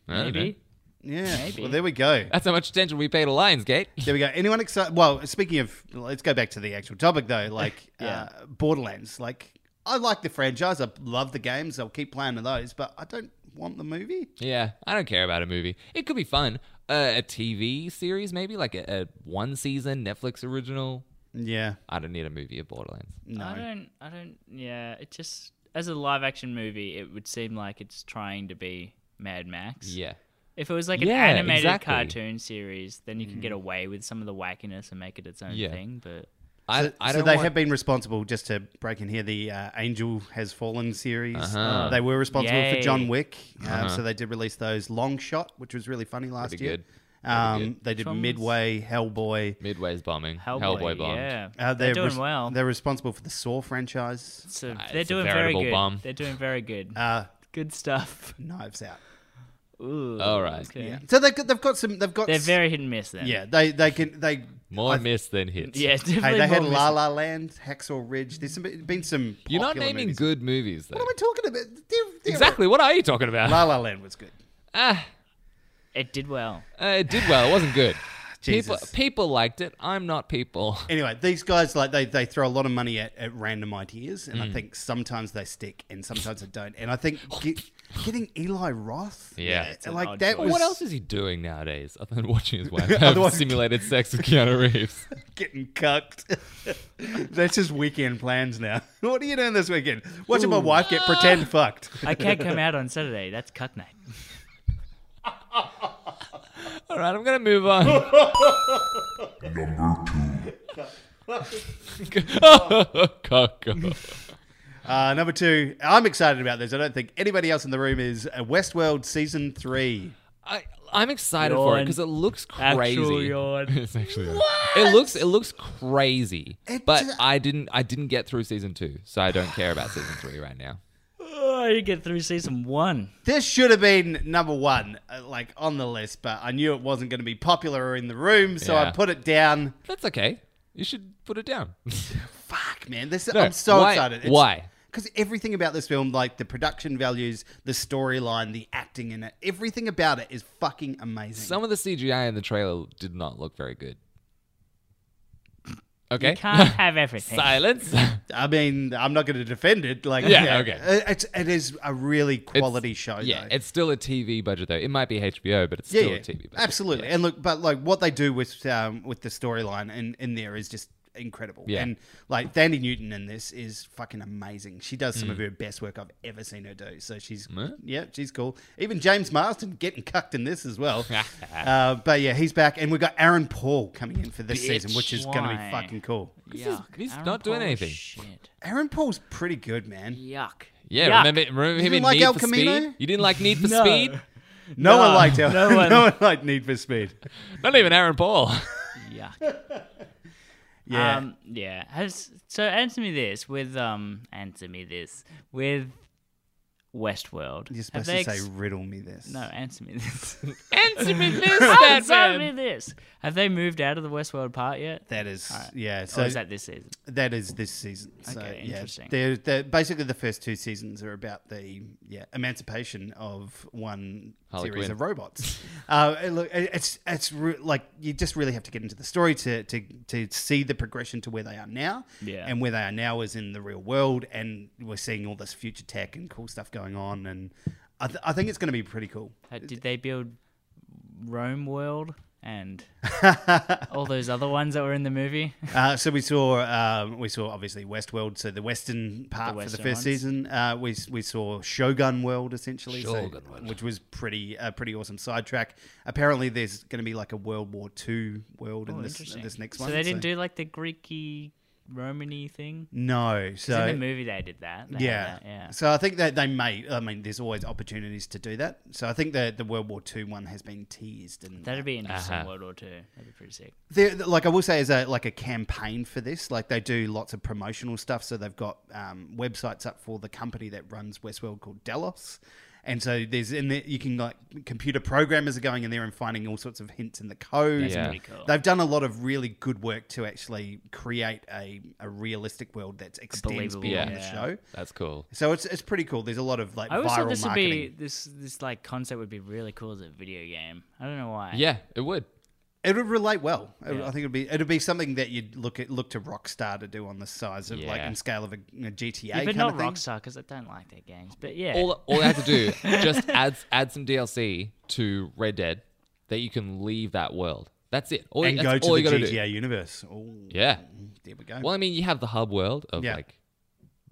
A: I don't know.
B: maybe.
C: Yeah.
B: Maybe.
C: Well, there we go.
A: That's how much attention we pay to Lionsgate.
C: There we go. Anyone excited? Well, speaking of, let's go back to the actual topic though.
B: *laughs*
C: Like uh, Borderlands. Like I like the franchise. I love the games. I'll keep playing those, but I don't want the movie.
A: Yeah, I don't care about a movie. It could be fun. Uh, a TV series, maybe like a, a one season Netflix original.
C: Yeah.
A: I don't need a movie of Borderlands.
B: I don't. I don't. Yeah, it just as a live action movie, it would seem like it's trying to be Mad Max.
A: Yeah,
B: If it was like an
A: Yeah,
B: animated
A: exactly. Mm.
B: cartoon series, then you can get away with some of the wackiness and make it its own
A: Yeah.
B: thing. But
A: I, I
C: so
A: don't.
C: they
A: want-
C: have been responsible just to break in here the uh, angel has fallen series
A: Uh-huh.
C: they were responsible for
B: Oh. Yay.
C: john wick um, so they did release those long shot which was really funny last
A: Pretty
C: year
A: good.
C: Um, they did
B: Which one was-
C: midway hellboy
A: Midway's bombing.
B: Hellboy,
A: bombed.
B: yeah,
C: uh,
B: they're, doing
C: res-
B: well.
C: they're responsible for the saw franchise
B: so
A: Ah,
B: they're
A: it's a
B: doing very
A: veritable
B: good.
A: bum.
B: They're doing very good.
C: uh,
A: *laughs*
B: good stuff.
C: knives out
B: Ooh,
A: All right.
B: okay.
C: yeah so they've got, they've got some they've got
B: They're
C: s-
B: very hit and miss then.
C: yeah they they can they
A: More
C: I-
A: miss than hits.
B: Yeah, *laughs* definitely.
C: Hey, they had
B: more
C: La
B: miss-
C: La Land, Hacksaw Ridge. There's some, been some.
A: You're not
C: popular
A: naming
C: movies.
A: good movies though.
C: What am I talking about? They're- they're-
A: exactly. What are you talking about?
C: La La Land was good.
A: ah,
B: It did well.
A: uh, it did well. It wasn't good. people
C: *laughs* Jesus.
A: people liked it. I'm not people.
C: anyway, these guys like they, they throw a lot of money at, at random ideas, and I
B: Mm.
C: think sometimes they stick and sometimes they don't. And I
B: *laughs*
C: think get, getting Eli Roth,
A: Yeah.
C: uh,
A: It's
B: an
C: like
B: odd
C: that
B: choice.
C: was
A: What else is he doing nowadays other than watching
C: *laughs*
A: his wife have
C: Otherwise-
A: simulated sex with Keanu Reeves?
C: getting cucked. *laughs* That's his weekend plans now. *laughs* what are you doing this weekend? Watching my wife get
A: Ah.
C: pretend fucked. *laughs*
B: I can't come out on Saturday. That's cut night. *laughs*
A: All right, I'm gonna move
C: *laughs*
A: on. *laughs* Number two.
C: Uh, number two, I'm excited about this. I don't think anybody else in the room is. Uh, Westworld season three.
A: I I'm excited for it
B: Yawn.
A: because it looks crazy.
B: Actual yawn.
A: *laughs*
F: It's actually
A: It looks it looks crazy.
C: It
A: but
C: d-
A: I didn't I didn't get through season two, so I don't care about season three right now.
B: Oh, you get through
A: *laughs*
B: season one.
C: This should have been number one, uh, like on the list, but I knew it wasn't going to be popular in the room, so I
A: Yeah.
C: put it down.
A: That's okay. You should put it down.
C: Fuck, man, this
A: No,
C: *laughs* I'm so
A: why-
C: excited.
A: why?
C: Because everything about this film, like the production values, the storyline, the acting in it, everything about it is fucking amazing.
A: Some of the CGI in the trailer did not look very good. Okay.
B: You can't have
A: *laughs*
B: everything.
A: Silence.
C: I mean, I'm not going to defend it. Like,
A: Yeah, okay.
C: it- It's it is a really quality show.
A: yeah,
C: though.
A: it's still a TV budget though. It might be HBO, but it's
C: yeah,
A: still
C: yeah.
A: a TV budget.
C: absolutely. And look, but like what they do with um, with the storyline in in there is just incredible.
A: Yeah.
C: And like Dandy Newton in this is fucking amazing. She does
B: Mm.
C: some of her best work I've ever seen her do. So she's yeah, she's cool. Even James Marsden getting cucked in this as
B: *laughs*
C: well. uh, but yeah, he's back, and we've got Aaron Paul coming in for this season, which is going to be
B: Why?
C: fucking cool.
A: This is- he's not doing anything.
B: Shit.
C: Aaron Paul's pretty good, man.
B: Yuck.
A: Yeah,
B: Yuck.
A: remember remember him
C: didn't
A: in
C: like
A: Need
C: El
A: for
C: Camino?
A: Speed? You didn't like Need for
B: *laughs* No.
A: Speed?
C: No, one
B: No,
C: liked Aaron. *laughs*
B: no one.
C: no one liked Need for Speed.
A: Not even Aaron
C: *laughs*
A: Paul.
B: Yuck.
C: Yeah.
B: Um, yeah. Has, so answer me this with um answer me this with Westworld.
C: You're
B: Have
C: supposed
B: they
C: to say
B: ex-
C: riddle me this.
B: no. Answer me
A: *laughs*
B: this.
A: Answer
B: *laughs*
A: me this,
B: answer me this. Have they moved out of the Westworld part yet?
C: That is yeah. So
B: or Oh, is that this season?
C: That is this season. So,
B: Okay,
C: yeah,
B: interesting.
C: They're, they're basically the first two seasons are about the yeah emancipation of one
A: Harley
C: series
A: Quinn.
C: of robots. *laughs* uh, it look, it- it's it's re- like you just really have to get into the story to, to to see the progression to where they are now.
B: Yeah.
C: and where they are now is in the real world, and we're seeing all this future tech and cool stuff going on, and I, th- I think it's going to be pretty cool.
B: Uh, Did they build Rome World
C: *laughs*
B: and all those other ones that were in the movie?
C: Uh, so we saw um, we saw obviously Westworld, so the western part
B: The
C: for the
B: western
C: first
B: ones.
C: season. Uh, we we saw Shogun World essentially, so-
A: Shogun World.
C: which was pretty a pretty awesome sidetrack. Apparently, there's going to be like a World War II world in
B: *laughs*
C: this
B: Oh, Interesting.
C: this next
B: so
C: one.
B: they didn't do like the Greeky, Romany thing.
C: no.
B: 'Cause
C: So
B: in the movie they did that. They had
C: yeah.
B: that, yeah.
C: So I think that they may. I mean, there's always opportunities to do that. So I think that the World War II one has been teased and
B: That'd be interesting.
A: Uh-huh.
B: World War Two. That'd be pretty sick.
C: There, like I will say, as a like a campaign for this, like they do lots of promotional stuff. So they've got um, websites up for the company that runs Westworld called Delos, and so there's in there you can like computer programmers are going in there and finding all sorts of hints in the code.
A: Yeah.
B: Pretty cool.
C: They've done a lot of really good work to actually create a, a realistic world that extends
B: believable
C: beyond
A: world.
C: the
B: Yeah.
C: show.
A: That's cool.
C: So it's it's pretty cool. There's a lot of like
B: I always
C: viral
B: thought this
C: marketing.
B: would be this this like concept would be really cool as a video game. I don't know why.
A: Yeah, it would.
C: It would relate well. I-
B: Yeah.
C: I think it'd be it'd be something that you'd look at look to Rockstar to do on the size of like
A: Yeah.
C: and scale of a, a GTA.
B: Yeah, but
C: kind
B: not
C: of thing.
B: Rockstar because I don't like their games. But yeah,
C: Eh.
A: All all I had to
C: *laughs*
A: do just add add some DLC to Red Dead that you can leave that world. That's it. All,
C: and
A: that's
C: go
A: all
C: to
A: you
C: the
A: gotta
C: GTA
A: do.
C: universe. Oh,
A: Yeah.
C: there we go.
A: Well, I mean, you have the hub world of
C: Yeah.
A: like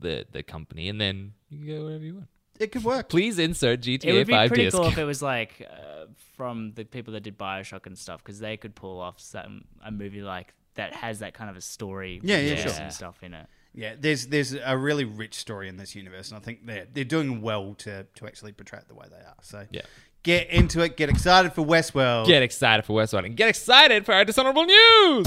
A: the the company, and then you can go wherever you want.
C: It could work.
A: Please insert
B: it would
A: GTA
B: be
A: Five
B: pretty
A: disc.
B: cool if it was like uh, from the people that did Bioshock and stuff because they could pull off some a movie like that has that kind of a story.
C: Yeah,
B: with
C: yeah,
B: twists
C: sure.
B: and stuff in it.
C: Yeah, there's there's a really rich story in this universe, and I think they're they're doing well to to actually portray it the way they are. So
A: Yeah.
C: get into it. Get excited for Westworld.
A: Get excited for Westworld and get excited for our dishonorable news.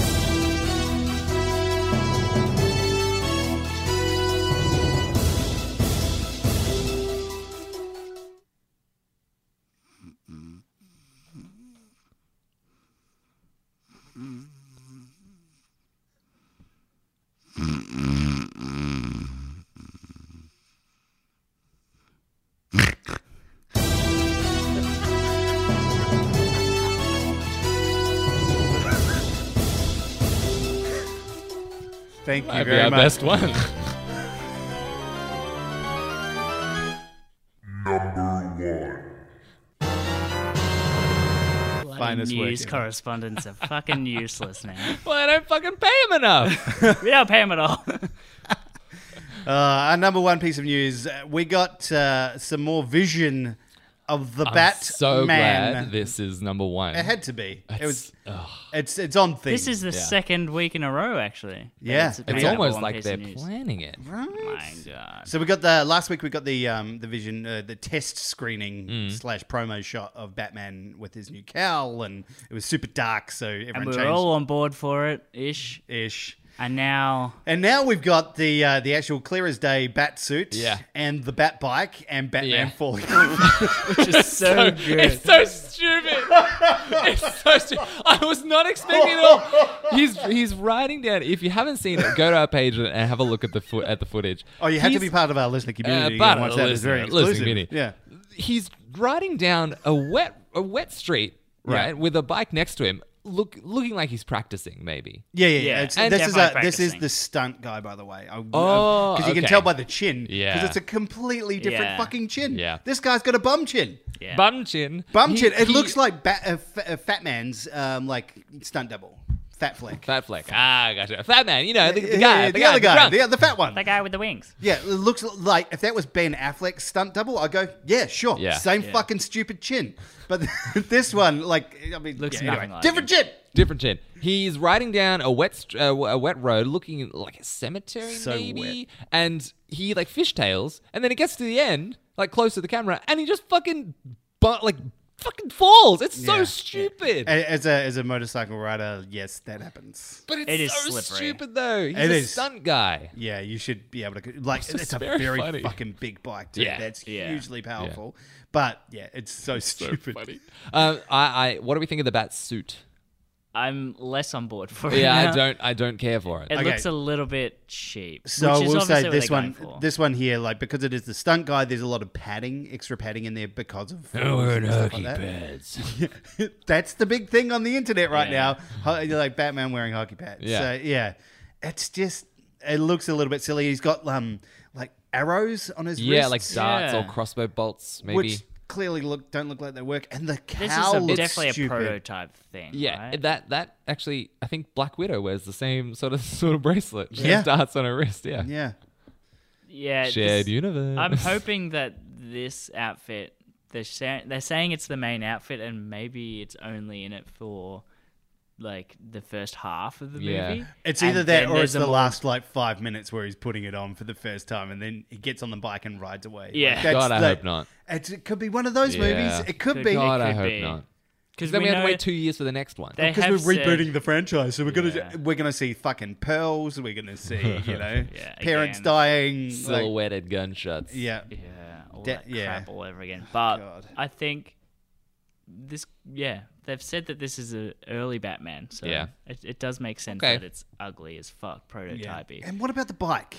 C: Thank you
A: That'd be
C: very
A: our
C: much.
A: best one. *laughs*
B: Bloody
C: Finest work
B: news
C: ever.
B: correspondents are fucking useless now.
A: well, I don't fucking pay him
C: *laughs*
A: enough.
B: *laughs* We don't pay 'em at all.
C: Uh, our number one piece of news. uh, We got uh, some more Vision of the
A: I'm
C: Bat
A: so glad
C: Man.
A: this is number one.
C: It had to be. It was.
A: Ugh.
C: It's it's on theme.
B: This is the second week in a row, actually. that
C: Yeah.
B: been
A: It's
B: our number
A: almost
B: one
A: like
B: piece
A: they're
B: of news.
A: planning it.
B: My God.
C: So we got the last week. We got the um, the vision, uh, the test screening
A: Mm.
C: slash promo shot of Batman with his new cowl, and it was super dark. So
B: And
C: everyone
B: we
C: changed
B: were all on board for it, ish.
C: ish.
B: And now
C: And now we've got the uh, the actual clear as day bat suit,
A: Yeah.
C: and the bat bike, and Batman
A: Yeah. *laughs*
C: falling.
B: *laughs* just so
A: It's
B: good.
A: so
C: *laughs*
A: stupid. it's so stupid. I was not expecting it at all. He's he's writing down. If you haven't seen it, go to our page and and have a look at the foot at the footage.
C: oh, you had to
A: He's-
C: be part of our listener community.
A: Uh,
C: to
A: part of
C: watch
A: the
C: that. It's very
A: listener- listening
C: exclusive.
A: community.
C: Yeah,
A: He's writing down a wet a wet street right
C: Yeah.
A: with a bike next to him, look looking like he's practicing maybe.
C: yeah, yeah.
B: Yeah,
C: yeah. It's,
B: and
C: this is a,
B: definitely
C: this is
B: practicing.
C: the stunt guy, by the way. I- I-
A: Oh,
C: you can
A: okay.
C: tell by the chin.
A: Yeah.
C: because it's a completely different
B: Yeah.
C: fucking chin.
A: Yeah.
C: this guy's got a bum chin.
B: Yeah.
A: Bum chin.
C: Bum
A: He-
C: chin. It
A: he-
C: looks like bat, uh, fa- uh, Fat Man's um, like stunt double, Fat Fleck.
A: Fat Fleck. Ah, gotcha. Fat man. You know the, the
C: Yeah,
A: guy.
C: yeah,
A: the,
C: the,
A: guy,
C: other
A: the
C: guy,
A: drunk.
C: the, the fat one.
B: that guy with the wings.
C: Yeah, it looks like if that was Ben Affleck's stunt double, I go, yeah, sure,
A: Yeah.
C: same
B: Yeah.
C: fucking stupid chin. But *laughs* this one, like, I mean,
B: Looks
C: yeah, anyway,
B: nothing like
C: different chin.
A: Different chin. He's riding down a wet str- uh, a wet road, looking like a cemetery,
C: So
A: maybe. And he like fishtails, and then it gets to the end, like close to the camera, and he just fucking, but like fucking falls. It's
C: Yeah,
A: so
C: yeah.
A: stupid.
C: A- As a as a motorcycle rider, yes, that happens.
A: But it's
B: It is
A: so
B: slippery.
A: stupid though. He's
C: It
A: a
C: is.
A: stunt guy.
C: Yeah, you should be able to like.
A: just
C: It's a
A: very
C: very
A: funny.
C: fucking big bike, dude.
A: Yeah.
C: That's
B: Yeah.
C: hugely powerful. But yeah, it's so stupid.
A: Um, I, I, what do we think of the bat suit?
B: I'm less on board for it.
A: Yeah, I
B: *laughs* now.
A: don't, I don't care for it.
B: It
C: Okay.
B: looks a little bit cheap.
C: So I
B: which is
C: will
B: obviously
C: say
B: what
C: this
B: they're going
C: one,
B: for.
C: this one here, like because it is the stunt guy. There's a lot of padding, extra padding in there because of.
A: wearing
C: and stuff like that.
A: pads.
C: *laughs* That's the big thing on the internet right
B: Yeah.
C: now. Ho- Like Batman wearing hockey pads.
A: Yeah.
C: So yeah, it's just it looks a little bit silly. He's got um like arrows on his
A: yeah, like
C: wrists,
A: darts or
B: Yeah.
A: crossbow bolts, maybe.
C: which clearly look don't look like they work. And the cowl
B: This is a,
C: looks
B: definitely
C: stupid.
B: a prototype thing.
A: Yeah,
B: right?
A: that that actually, I think Black Widow wears the same sort of *laughs* sort of bracelet. She
C: Yeah.
A: has darts on her wrist. Yeah,
C: Yeah.
B: yeah. this-
A: shared universe.
B: I'm hoping that this outfit, they're sa- they're saying it's the main outfit, and maybe it's only in it for like the first half of the
A: Yeah.
B: movie.
C: It's
B: And
C: either
B: then
C: that or
B: there's
C: it's
B: a
C: the
B: more-
C: last like five minutes where he's putting it on for the first time and then he gets on the bike and rides away.
B: Yeah.
C: Like,
A: *laughs* God, I
C: the-
A: hope not.
C: It's, it could be one of those
A: Yeah.
C: movies. It could
B: Could
C: be.
A: God,
B: it
A: I
B: could
A: hope
B: be.
A: not.
B: Because
A: Then we, have to
B: know
A: wait two years for the next one.
B: they have
C: because we're
B: said-
C: rebooting the franchise, so we're gonna
B: Yeah.
C: we're gonna see fucking pearls. We're gonna see
A: *laughs*
C: you know
B: Yeah,
C: parents
B: again.
C: dying. like-
A: Silhouetted gunshots.
C: yeah,
B: Yeah, all
C: De-
B: that
C: yeah.
B: crap all over again. But
C: God.
B: I think this, yeah, they've said that this is an early Batman, so
A: Yeah.
B: it, it does make sense
A: Okay.
B: that it's ugly as fuck,
C: yeah.
B: prototypey.
C: And what about the bike?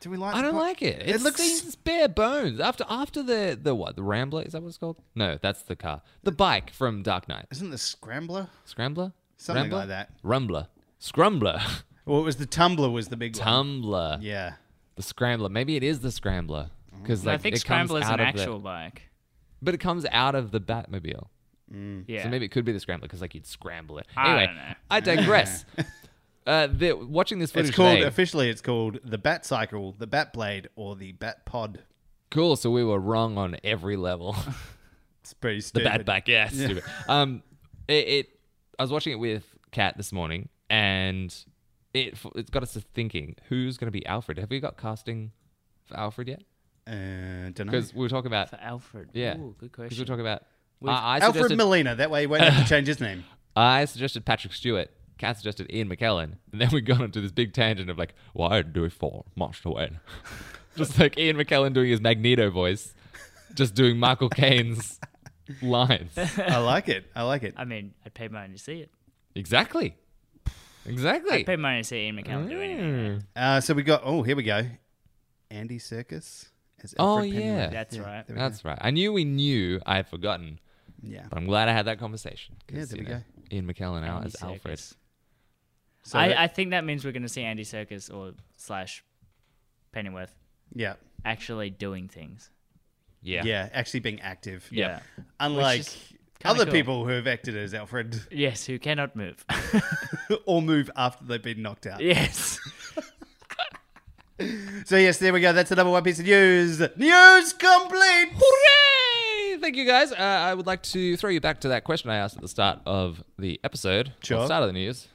C: Do we like?
A: I
C: the
A: don't
C: bike?
A: like it. It,
C: It looks-
A: seems bare bones. After after the the what the Rambler is that what it's called? No, that's the car. The bike from Dark Knight.
C: Isn't the scrambler?
A: Scrambler.
C: Something
A: Rambler?
C: like that.
A: Rumbler. Scrumbler.
C: Well, it was the tumbler was the big
A: *laughs*
C: one.
A: Tumbler.
C: Yeah, Mm-hmm.
A: The Scrambler. Maybe it is the Scrambler because
B: But
A: like
B: I think
A: it comes
B: Scrambler's
A: out
B: an
A: of the-
B: actual bike.
A: but it comes out of the Batmobile.
B: Yeah.
A: Mm. So maybe it could be the scrambler because like you'd scramble it.
B: I
A: Anyway,
B: don't know. *laughs*
A: I digress. uh, the, watching this footage
C: it's called
A: today,
C: officially. It's called the Bat Cycle, the Bat Blade, or the Bat Pod.
A: *laughs* cool. So we were wrong on every level. *laughs*
C: It's pretty
A: the
C: stupid.
A: bad back, yeah, stupid. um, it, it. I was watching it with Kat this morning, and it it's got us to thinking: who's going to be Alfred? Have we got casting for Alfred yet?
C: Uh, don't know.
A: Because we were talking about
B: For Alfred.
A: yeah,
B: Ooh, good
A: Because we were
B: question.
A: talking about
B: We've-
A: I, I
C: Alfred
A: suggested
C: Molina. That way he won't
A: *laughs*
C: have to change his name.
A: I suggested Patrick Stewart. Kat suggested Ian McKellen, and then we got into this big tangent of like, why do it for Marshall Wayne? *laughs* just like Ian McKellen doing his Magneto voice, just doing Michael
C: *laughs*
A: Caine's lines.
C: I like it.
A: *laughs*
C: I like it.
B: I mean, I'd pay money to see it.
A: Exactly, exactly.
B: I'd pay money to see Ian McKellen do
A: Mm.
B: anything.
C: Uh, so we got. Oh, here we go. Andy Circus. As
A: Oh
C: Alfred Pennyworth.
A: yeah,
B: That's
C: there
B: right.
C: we go.
A: that's right. I knew we knew. I had forgotten,
C: Yeah.
A: but I'm glad I had that conversation. 'cause,
C: Yeah, there
A: you
C: we
A: know, Ian McKellen now
B: Andy
A: as Oh, Alfred.
B: Serkis.
C: So
B: I,
C: that-
B: I think that means we're going to see Andy Circus or slash Pennyworth
C: yeah.
B: actually doing things.
A: Yeah,
C: Yeah. Actually being active.
A: Yeah.
C: Unlike
B: Which is kinda
C: other
B: cool.
C: people who have acted as Alfred
A: *laughs*
C: *laughs*
B: Yes, who cannot move. *laughs*
C: or move after they've been knocked out.
B: yes.
C: So yes, there we go. That's the number one piece of news. News complete.
A: Hooray! Thank thank you guys. Uh, I would like to throw you back to that question I asked at the start of the episode.
C: Sure.
A: Well, start of the news.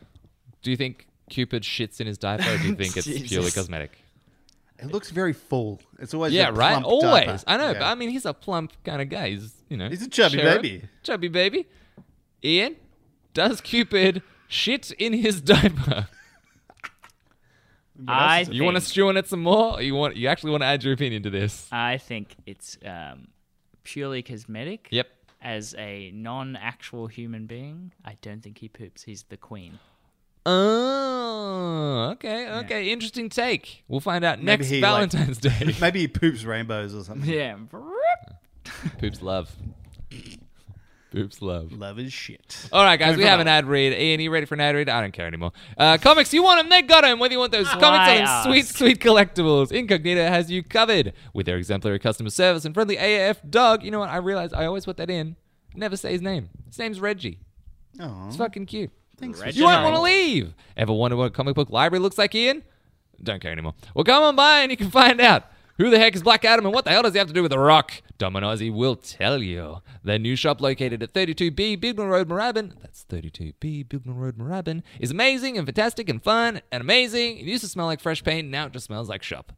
A: Do you think Cupid shits in his diaper or do
C: *laughs*
A: you think it's purely
B: Jesus.
A: cosmetic?
C: It looks very full. It's always
A: Yeah,
C: a
A: right?
C: plump
A: Always.
C: diaper.
A: I know,
C: Yeah.
A: but I mean, he's a plump kind of guy. He's, you know.
C: He's a chubby baby.
A: Chubby baby. Ian, does Cupid shit in his *laughs* diaper?
B: I
A: You want to
B: think-
A: stew on it some more? Or you want you actually want to add your opinion to this?
B: I think it's um, purely cosmetic.
A: Yep.
B: As a non-actual human being, I don't think he poops. He's the queen.
A: Oh, okay, okay. Interesting take. We'll find out next
C: he, like-
A: Valentine's
C: *laughs*
A: Day. *laughs*
C: Maybe he poops rainbows or something.
B: Yeah.
A: Poops love. Poops love.
C: Love is shit.
A: All right, guys, we have an ad read. Ian, you ready for an ad read? I don't care anymore. Uh, comics, you want them, they got them. Whether you want those comics or
B: Why
A: them sweet,
B: ask?
A: sweet collectibles, Incognito has you covered with their exemplary customer service and friendly AF dog. You know what? I realized I always put that in. Never say his name. His name's Reggie.
C: Aw.
A: It's fucking cute.
B: Reginald.
A: You won't want to leave. Ever wonder what a comic book library looks like, Ian? Don't care anymore. Well, come on by and you can find out. Who the heck is Black Adam and what the hell does he have to do with The Rock? Dom and Ozzy will tell you. Their new shop located at 32B Bignor Road, Moorabbin, that's 32B Bignor Road, Moorabbin, is amazing and fantastic and fun and amazing. It used to smell like fresh paint, now it just smells like shop.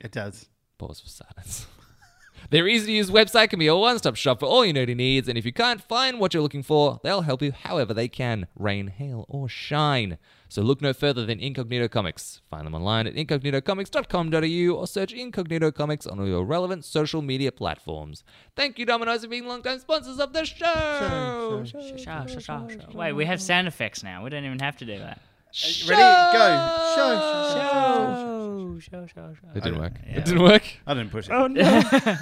C: It does.
A: Pause for silence. *laughs* Their easy to use website can be a one stop shop for all your nerdy needs, and if you can't find what you're looking for, they'll help you however they can rain, hail, or shine. So look no further than Incognito Comics. Find them online at incognitocomics.com.au or search Incognito Comics on all your relevant social media platforms. Thank you, Domino's, for being longtime sponsors of the show.
B: Sha, sha, sha, sha. Wait, we have sound effects now. We don't even have to do that.
C: Ready? Go. Show.
B: Show, Oh, show, show, show.
A: It didn't work. It didn't work.
C: I didn't push it.
A: Oh,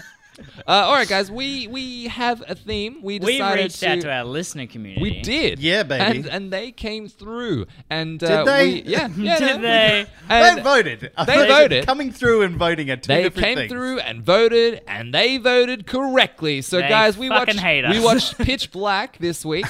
A: Uh, all right, guys, we we have a theme. We
B: We
A: decided
B: reached out to our listener community.
A: We
B: *laughs*
A: did.
C: Yeah, baby.
A: And, and they came through. And uh,
C: they?
A: We,
C: *laughs*
A: yeah, yeah.
B: Did
A: no,
B: they?
A: and
C: they voted. I
A: they
C: think
A: voted.
C: Coming through and voting are two
A: they
C: different
A: came
C: things.
A: through and voted, and they voted correctly. So,
B: They
A: guys, we
B: fucking
A: watched
B: hate
A: we
B: us. *laughs*
A: watched Pitch Black this
C: *laughs*
A: week.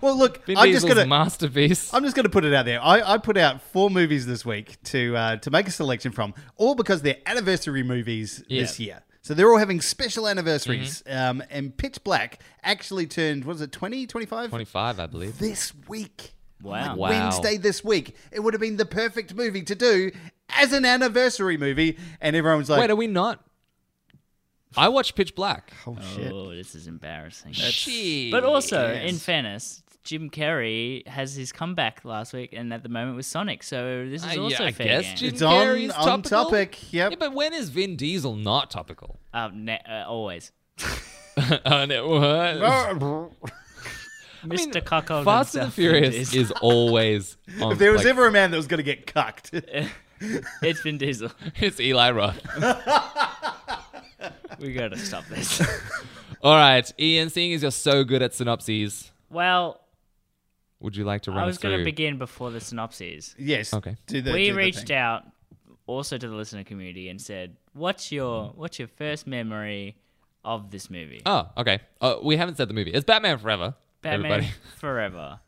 C: Well, look,
A: Vin
C: I'm just
A: Diesel's
C: gonna.
A: masterpiece.
C: I'm just going to put it out there. I, I put out four movies this week to uh, to make a selection from, all because they're anniversary movies
A: Yeah. Mm-hmm.
C: this year. So they're all having special anniversaries. Um, and Pitch Black actually turned, what is it, 20,
A: *laughs*
C: 25?
A: Twenty-five, I believe.
C: This week.
B: Wow.
A: Wow.
C: Wednesday this week. It would have been the perfect movie to do as an anniversary movie. And everyone's like,
A: Wait, are we not? I watched Pitch Black.
C: oh, shit.
B: Oh, this is embarrassing.
A: Shit.
B: But also,
C: Yes.
B: in fairness, Jim Carrey has his comeback last week, and at the moment was Sonic. So this
A: Uh,
B: is
A: yeah,
B: also
A: I
B: fair
A: guess
B: game.
A: Jim
C: It's on-
A: Carrey is
C: on
A: topical.
C: topic, yep.
A: Yeah, but when is Vin Diesel not topical? *laughs*
B: Uh, ne- uh, always,
A: Uh, no, uh,
C: "Oh,
B: Mr. Cuckold.
A: Fast and the
B: himself
A: Furious
B: is-
A: is
C: *laughs*
A: always. On,
C: if there was
A: like,
C: ever a man that was going to
A: *laughs*
C: get cucked,
B: *laughs* It's Vin Diesel. *laughs*
A: it's Eli Roth.
B: We gotta stop
A: *laughs*
B: this.
A: All right, Ian, seeing as you're so good at synopses,
B: well,
A: would you like to run
B: I was
A: us through?
B: gonna begin before the synopses.
C: *laughs* yes.
A: Okay.
C: Do the,
B: we
C: do the
B: reached
C: thing.
B: out also to the listener community and said, "What's your what's your first memory of this movie?
A: Oh, okay. Uh, we haven't said the movie. It's Batman Forever.
B: Batman *laughs*
A: Everybody. *laughs*
C: *laughs*
B: Forever."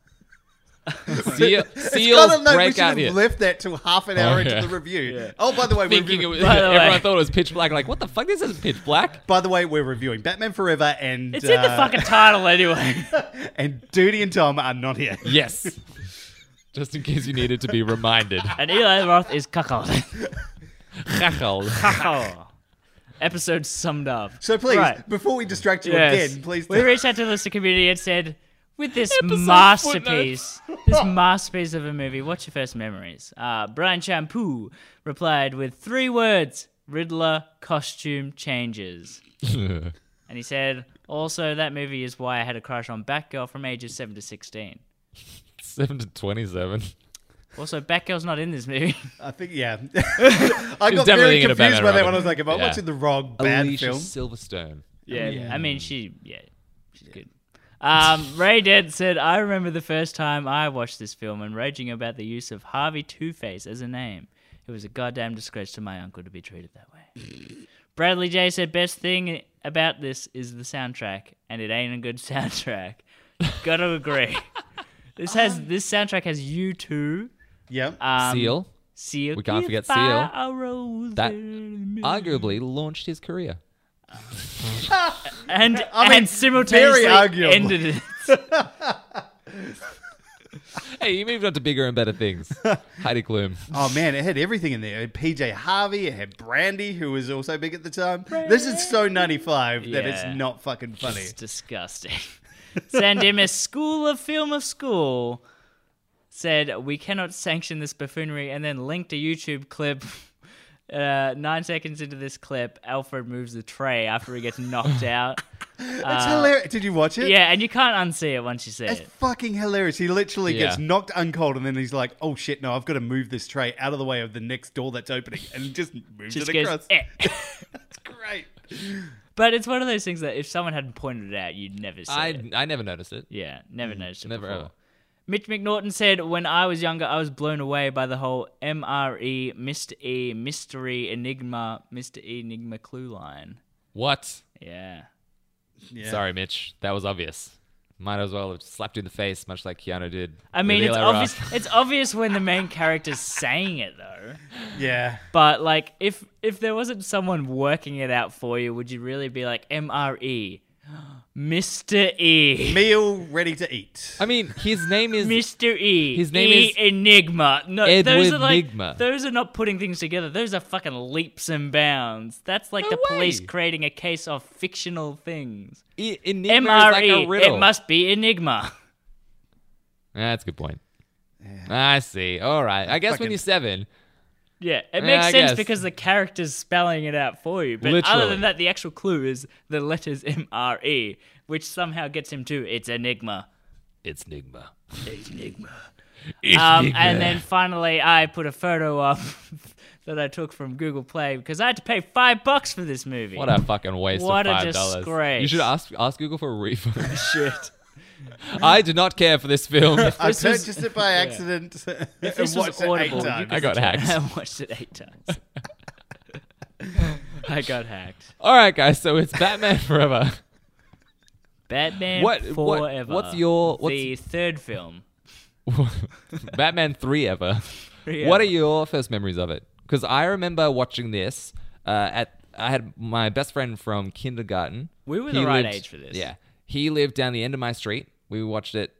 A: Seal,
C: God,
A: seals
C: no, we
A: break
C: should
A: out
C: have
A: here.
C: left that till half an hour
A: Oh,
C: into
A: *laughs* yeah.
C: the review. Oh, by the way, we're
A: Thinking it
C: reviewing,
A: was,
B: By
A: *laughs*
B: the
A: everyone
B: way.
A: thought it was pitch black. Like, what the fuck? This is pitch
B: *laughs*
A: black.
C: by the way, we're reviewing Batman Forever and
B: It's in the
C: uh,
B: fucking title anyway. *laughs*
C: and Duty and Tom are not here.
A: Yes. Just in case you needed to be
B: *laughs*
A: reminded.
B: and Eli Roth is cuckold.
A: Hachel.
B: *laughs* Cuckold. Oh, Episode summed up.
C: So please,
B: Right.
C: before we distract you
B: Yes.
C: again, please.
B: We reached out to the listener community and said, with this
A: Episode
B: masterpiece,
C: *laughs*
B: this masterpiece of a movie, what's your first memories? Uh, Brian Shampoo replied with three words Riddler costume changes. and he said, also, that movie is why I had a crush on Batgirl from ages 7 to 16.
A: 7 to 27.
B: Also, Batgirl's not in this movie.
C: I think yeah. *laughs* I got
A: definitely
C: very
A: thinking of
C: confused by
A: Batman
C: that
A: Robin.
C: one. I was like, am I
A: Yeah.
C: watching the wrong bad
A: Alicia
C: film?
A: Silverstone.
B: *laughs* Yeah, I mean, she, yeah, she's good. Um, Ray Dent said, I remember the first time I watched this film and raging about the use of Harvey Two Face as a name. It was a goddamn disgrace to my uncle to be treated that way. *laughs* Bradley J said, Best thing about this is the soundtrack, and it ain't a good *laughs* soundtrack. Gotta *laughs* agree. This has this soundtrack has you two.
C: Yeah.
B: Um,
A: Seal
B: Seal.
A: We can't
B: If
A: forget
B: I
A: Seal.
B: are rose
A: That
B: in the
A: arguably launched his career. *laughs*
B: and
C: I mean,
B: and simultaneously
C: very arguable.
B: ended it.
A: Hey, you moved on to bigger and better things. Heidi Klum.
C: Oh man, it had everything in there. It had PJ Harvey, it had Brandy, who was also big at the time. This is so 95 that
B: Yeah.
C: it's not fucking funny.
B: It's disgusting. San Dimas School of Film of School said we cannot sanction this buffoonery, and then linked a YouTube clip. *laughs* Uh, nine seconds into this clip, Alfred moves the tray after he
A: *laughs*
B: gets knocked out.
C: It's hilarious. Did you watch it?
B: Uh, Yeah, and you can't unsee it once you see
C: It's
B: it.
C: fucking hilarious. He literally gets
A: Yeah.
C: knocked uncold and then he's like, oh shit, no, I've got to move this tray out of the way of the next door that's opening and he just moves
B: Just
C: it
B: goes,
C: across.
B: "Eh." *laughs*
C: It's great.
B: but it's one of those things that if someone hadn't pointed it out, you'd never see it.
A: I I never noticed it.
B: Yeah, never noticed it
A: Mm, Never
B: before.
A: ever.
B: Mitch McNaughton said, "When I was younger, I was blown away by the whole MRE, Mr. E, mystery, enigma, Mr. E, enigma clue line."
A: What?
B: Yeah,
C: Yeah.
A: Sorry, Mitch. That was obvious. Might as well have slapped you in the face, much like Keanu did.
B: I
A: with
B: mean, it's
A: Eli Roth.
B: obvious. It's obvious when the main character's saying it, though.
C: Yeah.
B: But like, if if there wasn't someone working it out for you, would you really be like *gasps* MRE, Mr. E,
C: Meal ready to eat.
A: I mean, his name
B: *laughs*
A: is
B: Mr. E,
A: His name
B: E
A: is
B: Enigma. No, those
A: Edward
B: are like
A: Nigma.
B: those are not putting things together. Those are fucking leaps and bounds. That's like
A: No
B: the police
A: way.
B: creating a case of fictional things.
A: E- Enigma is like a
B: MRE.
A: riddle.
B: E.
A: Ah,
B: it must be Enigma. *laughs*
A: That's a good point. I see. All right. I guess when
C: Fucking-
A: you're seven,
B: Yeah,
A: Yeah,
B: it makes
A: I
B: sense
A: guess.
B: because the character's spelling it out for you. But other
A: Literally.
B: than that, the actual clue is the letters MRE, which somehow gets him to it's Enigma.
A: it's Enigma.
B: Um, and then finally, I put a photo up *laughs* that I took from Google Play because I had to pay five bucks for this movie.
A: What a fucking waste
B: What a
A: of five dollars.
B: disgrace.
A: You should ask ask Google for a refund. *laughs*
B: shit.
A: I do not care for this film.
C: I
B: this was-
C: purchased it
B: *laughs*
C: by *laughs* accident. and
B: This was
C: watched it eight
B: audible. you
C: times.
B: could
A: I got
B: sit down *laughs*
A: hacked.
B: and watched it eight times. *laughs* I got hacked.
A: All right, guys. So it's Batman *laughs* Forever.
B: Batman
A: What- what-
B: Forever.
A: what's your- what's-
B: the third film?
A: Batman 3 ever.
B: Three
A: What are
B: ever.
A: your first memories of it? Because I remember watching this uh, at. I had my best friend from kindergarten.
B: We were the right age for this.
A: Yeah. He lived down the end of my street. We watched it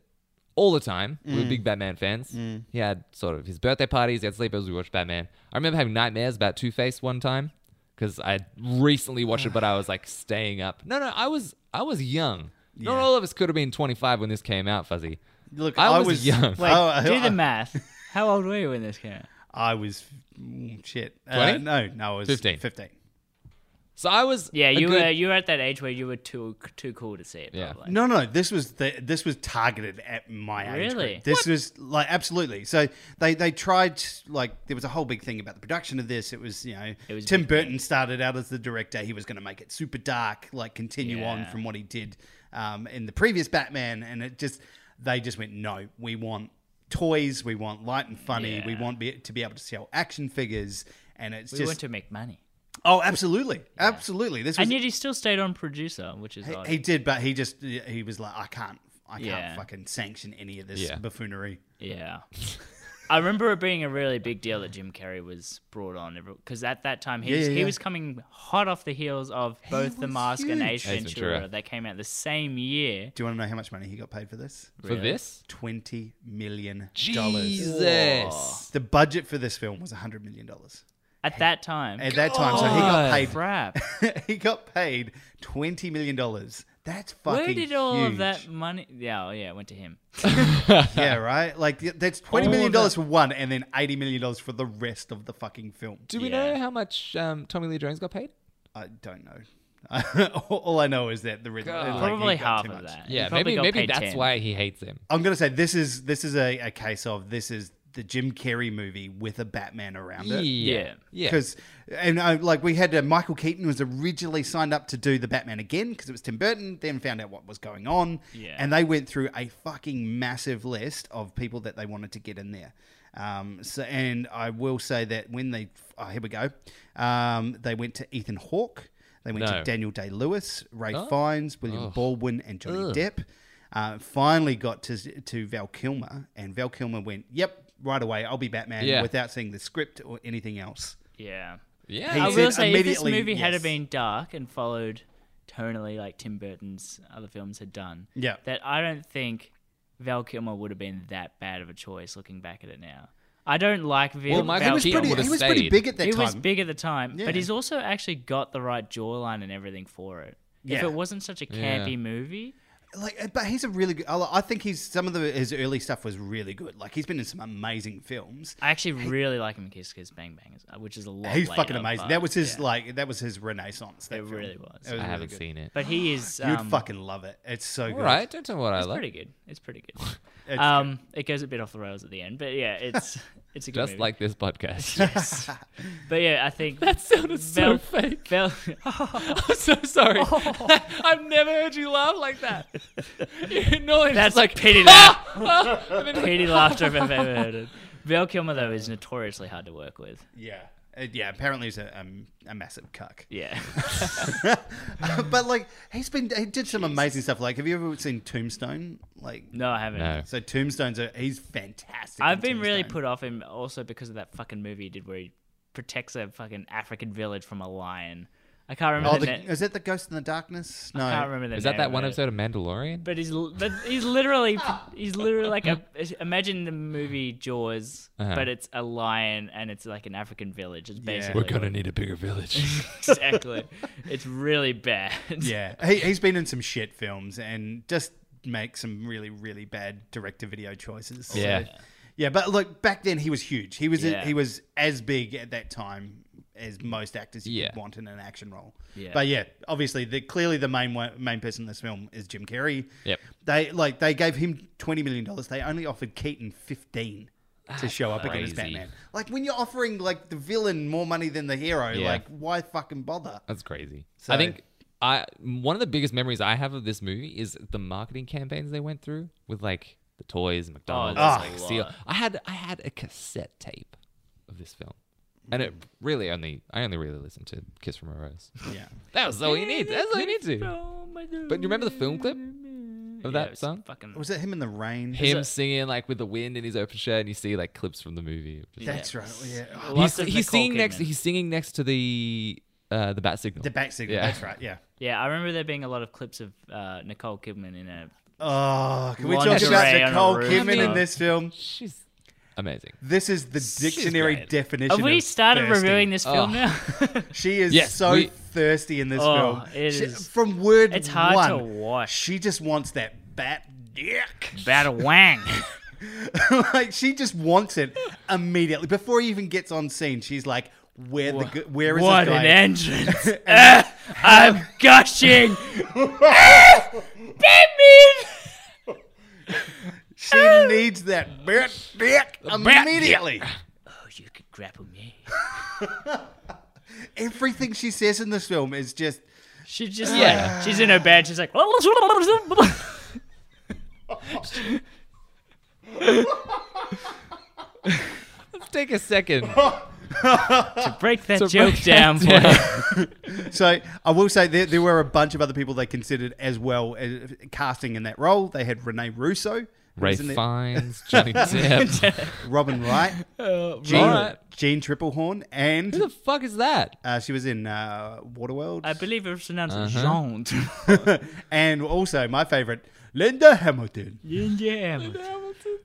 A: all the time. We were big Batman fans. He had sort of his birthday parties, he had sleepovers, we watched Batman. I remember having nightmares about Two Face one time because I had recently watched it, but I was like staying up. No, no, I was I was young. Not all of us could have been 25 when this came out, Fuzzy.
C: Look,
A: I
C: I,
A: was young.
B: Wait,
C: Oh, I-
B: do
C: I-
A: *laughs*
B: the math. How old were you when this came out?
C: I was mm, shit. Uh,
A: 20?
C: no, no, I was
A: 15.
C: 15. 15.
A: So I was.
B: Yeah,
A: a
B: you
A: good-
B: were you were at that age where you were too too cool to see it.
A: Yeah.
B: Probably.
C: No, no, this was the, this was targeted at my age.
B: Really?
C: group. This was like absolutely. So they they tried like there was a whole big thing about the production of this. It was you know
B: It was
C: Tim
B: big
C: Burton started out as the director. He was going to make it super dark, like continue on
B: Yeah.
C: from what he did um, in the previous Batman, and it just they just went no, we want toys, we want light and funny, we
B: Yeah.
C: want be, to be able to sell action figures, and it's
B: we
C: just
B: went to make money,
C: oh absolutely, absolutely. This was
B: and yet he still stayed on producer, which is
C: he,
B: odd.
C: he did, but he just he was like, I can't, I can't
B: Yeah.
C: fucking sanction any of this
A: Yeah.
C: buffoonery.
B: Yeah. I remember it being a really big deal that Jim Carrey was brought on because at that time he,
C: Yeah,
B: was,
C: yeah,
B: he
C: yeah.
B: was coming hot off the heels of both The
C: was
B: Mask
C: huge.
B: and Ace
A: Ace
B: Ventura,
A: Ventura.
B: that came out the same year.
C: Do you want to know how much money he got paid for this?
A: for this.
C: Twenty million dollars.
A: Jesus.
C: The budget for this film was hundred million dollars
B: At that time,
C: at that time. So he got
A: God.
C: paid.
B: crap.
C: *laughs* he got paid twenty million dollars. That's fucking.
B: Where did all
C: huge.
B: of that money? Yeah, oh, yeah, it went to him.
C: *laughs* Yeah, right. Like th- that's twenty
B: All
C: million
B: of
C: dollars for one, and then eighty million dollars for the rest of the fucking film.
A: Do we
B: Yeah.
A: know how much um, Tommy Lee Jones got paid?
C: I don't know. *laughs* all all I know is that the rhythm,
A: God.
C: like, he
B: Probably
C: got
B: half
C: too
B: of
C: much.
B: that. He
A: Yeah,
B: probably
A: maybe
B: got
A: maybe
B: paid
A: that's
B: 10.
A: why he hates him.
C: I'm gonna say this is this is a, a case of this is the Jim Carrey movie with a Batman around it.
A: Yeah. Yeah.
C: Because and I, like we had uh, Michael Keaton was originally signed up to do the Batman again because it was Tim Burton. Then found out what was going on,
B: Yeah.
C: and they went through a fucking massive list of people that they wanted to get in there. Um, so and I will say that when they oh, here we go, um, they went to Ethan Hawke, they went
A: No. Oh.
C: to Daniel Day Lewis, Ray Fiennes, William Baldwin, and Johnny
A: Ugh.
C: Depp. Uh, finally got to to Val Kilmer, and Val Kilmer went, "Yep, right away, I'll be Batman,"
A: Yeah.
C: without seeing the script or anything else.
B: Yeah.
A: Yeah.
C: He
B: I
A: It's
B: will
C: said
B: say, if this
C: immediately,
B: movie had
C: yes.
B: been dark and followed tonally like Tim Burton's other films had done,
C: Yeah.
B: that I don't think Val Kilmer would have been that bad of a choice looking back at it now. I don't like Val.
A: Well, Michael
B: Val
C: He was
A: Keaton
B: Kilmer.
C: pretty.
A: would've
C: He was pretty
A: stayed.
C: big at that
B: He
C: time.
B: was big at the time,
C: Yeah.
B: but he's also actually got the right jawline and everything for it. If
C: Yeah.
B: it wasn't such a
A: Yeah.
B: campy movie,
C: Like, uh, but he's a really good. I li- I think he's some of the his early stuff was really good. Like he's been in some amazing films.
B: I actually really like him in Kiss Kiss Bang Bang, uh, which is a lot.
C: He's
B: later,
C: fucking amazing.
B: but-
C: That was his
B: yeah.
C: like that was his renaissance. That
B: It
C: film.
B: really was.
A: I
B: I
A: haven't seen it.
B: But he is.
C: You'd
B: um,
C: fucking love it. It's so good.
A: All right, don't tell me what I
B: It's
A: like.
B: pretty good. It's pretty good.
C: *laughs* It's
B: um, it goes a bit off the rails at the end, but yeah,
C: *laughs*
B: it's it's a good
A: Just
B: movie.
A: like this
B: *laughs*
A: podcast.
B: Yes. but yeah, I think
A: that sounded so
B: Val-
A: fake.
B: Val-
A: *laughs*
B: *laughs*
A: I'm so sorry.
B: Oh.
A: *laughs* I've never heard you laugh like that.
B: *laughs*
A: *laughs* You know,
B: that's
A: *laughs*
B: like pity laugh, pity laughter if I've ever heard it. Val Kilmer though is notoriously hard to work with.
C: Yeah. Uh, yeah. Apparently he's a um, a massive
B: *laughs*
C: cuck. *laughs*
B: Yeah,
C: but like he's been he did some amazing stuff. Like have you ever seen Tombstone? Like
B: no, I haven't.
A: No.
C: so Tombstone's a, he's fantastic.
B: I've
C: in
B: been really
C: Tombstone.
B: put off him also because of that fucking movie he did where he protects a fucking African village from a lion. I can't remember.
C: Oh,
B: the
C: the,
B: na-
C: is that the Ghost in the Darkness? No.
B: I can't remember the
A: Is that
B: name
A: that
B: of
A: one
B: it.
A: episode of Mandalorian?
B: But he's l- but he's *laughs* literally he's literally like a imagine the movie Jaws,
A: Uh-huh.
B: but it's a lion and it's like an African village. It's basically
A: We're gonna need a bigger
B: *laughs*
A: village.
B: exactly. It's really
A: *laughs*
B: bad.
C: Yeah, he, he's been in some shit films and just make some really really bad direct to video choices. So-
A: Yeah.
C: yeah, but look, back then he was huge. He was
B: Yeah.
C: he was as big at that time as most actors you
A: Yeah.
C: could want in an action role.
B: Yeah.
C: But yeah, obviously the clearly the main one- main person in this film is Jim Carrey.
A: Yep.
C: They like they gave him twenty million dollars. They only offered Keaton fifteen. To show up again as
A: crazy.
C: Batman, like when you're offering like the villain more money than the hero,
A: Yeah.
C: like why
A: *laughs*
C: fucking bother?
A: That's crazy. I
C: So-
A: think I one of the biggest memories I have of this movie is the marketing campaigns they went through with like the toys, McDonald's,
B: Oh, that's
A: like
B: a
A: seal.
B: lot.
A: I had I had a cassette tape of this film, and it
B: Mm-hmm.
A: really only I only really listened to "Kiss from a Rose."
C: Yeah,
A: That was all you need. That's all you need to.
B: oh
A: But you remember the film clip of that song?
B: Fucking
C: was it him in the rain?
A: Him
B: it-
A: singing like with the wind in his open shirt, and you see like clips from the movie. Just-
C: That's
A: *sighs*
C: right. Yeah. Oh,
B: Lots
A: He's,
B: of
A: he's
B: Nicole
A: singing next.
B: Kidman.
A: He's singing next to the uh, the bat signal.
C: the back signal.
A: Yeah.
C: That's right. Yeah.
B: Yeah, I remember there being a lot of clips of uh, Nicole Kidman in a.
C: Oh, can we talk
B: Lingerie
C: about
B: on a
C: Nicole
B: roof.
C: Kidman
A: I mean-
C: in this film?
A: She's amazing.
C: This is the dictionary
A: great.
C: definition.
B: Have we
C: of
B: started
C: thirsty.
B: reviewing this film
A: Oh.
B: now? *laughs*
C: She is
A: Yes,
C: so
A: we-
C: thirsty in this
B: Oh,
C: film.
B: it
C: She-
B: is-
C: from word
B: it's hard to
C: one,
B: watch.
C: She just wants that bat dick. *laughs*
B: Bada *laughs* wang.
C: like she just wants it immediately before he even gets on scene. She's like, "Where the go- where is
B: What
C: this
B: an
C: guy?"
B: entrance. *laughs* Ah, I'm *laughs* gushing. Ah, Batman! *laughs*
C: She needs that bat dick
B: bat dick.
C: immediately.
B: Oh, you could grapple me.
C: Everything she says in this film is just
B: *laughs* She just
A: Yeah.
B: like she's in her bed. She's like, *laughs*
A: Take a
C: *laughs*
A: second.
B: break that
A: To
B: joke
A: break
B: down
A: that
B: for me.
C: So I will say there, there were a bunch of other people they considered as well as casting in that role. They had Renee Russo, who
A: Ray
C: was in it,
A: Fiennes,
C: *laughs*
A: Johnny Depp.
C: Robin Wright, Jean,
A: Alright.
C: Jean Triplehorn, and
A: Who the fuck is that?
C: uh, she was in uh, Waterworld.
B: I believe it was pronounced
A: Uh-huh.
B: Jean.
C: *laughs* and also my favorite, Linda Hamilton.
B: *laughs* yeah.
A: Oh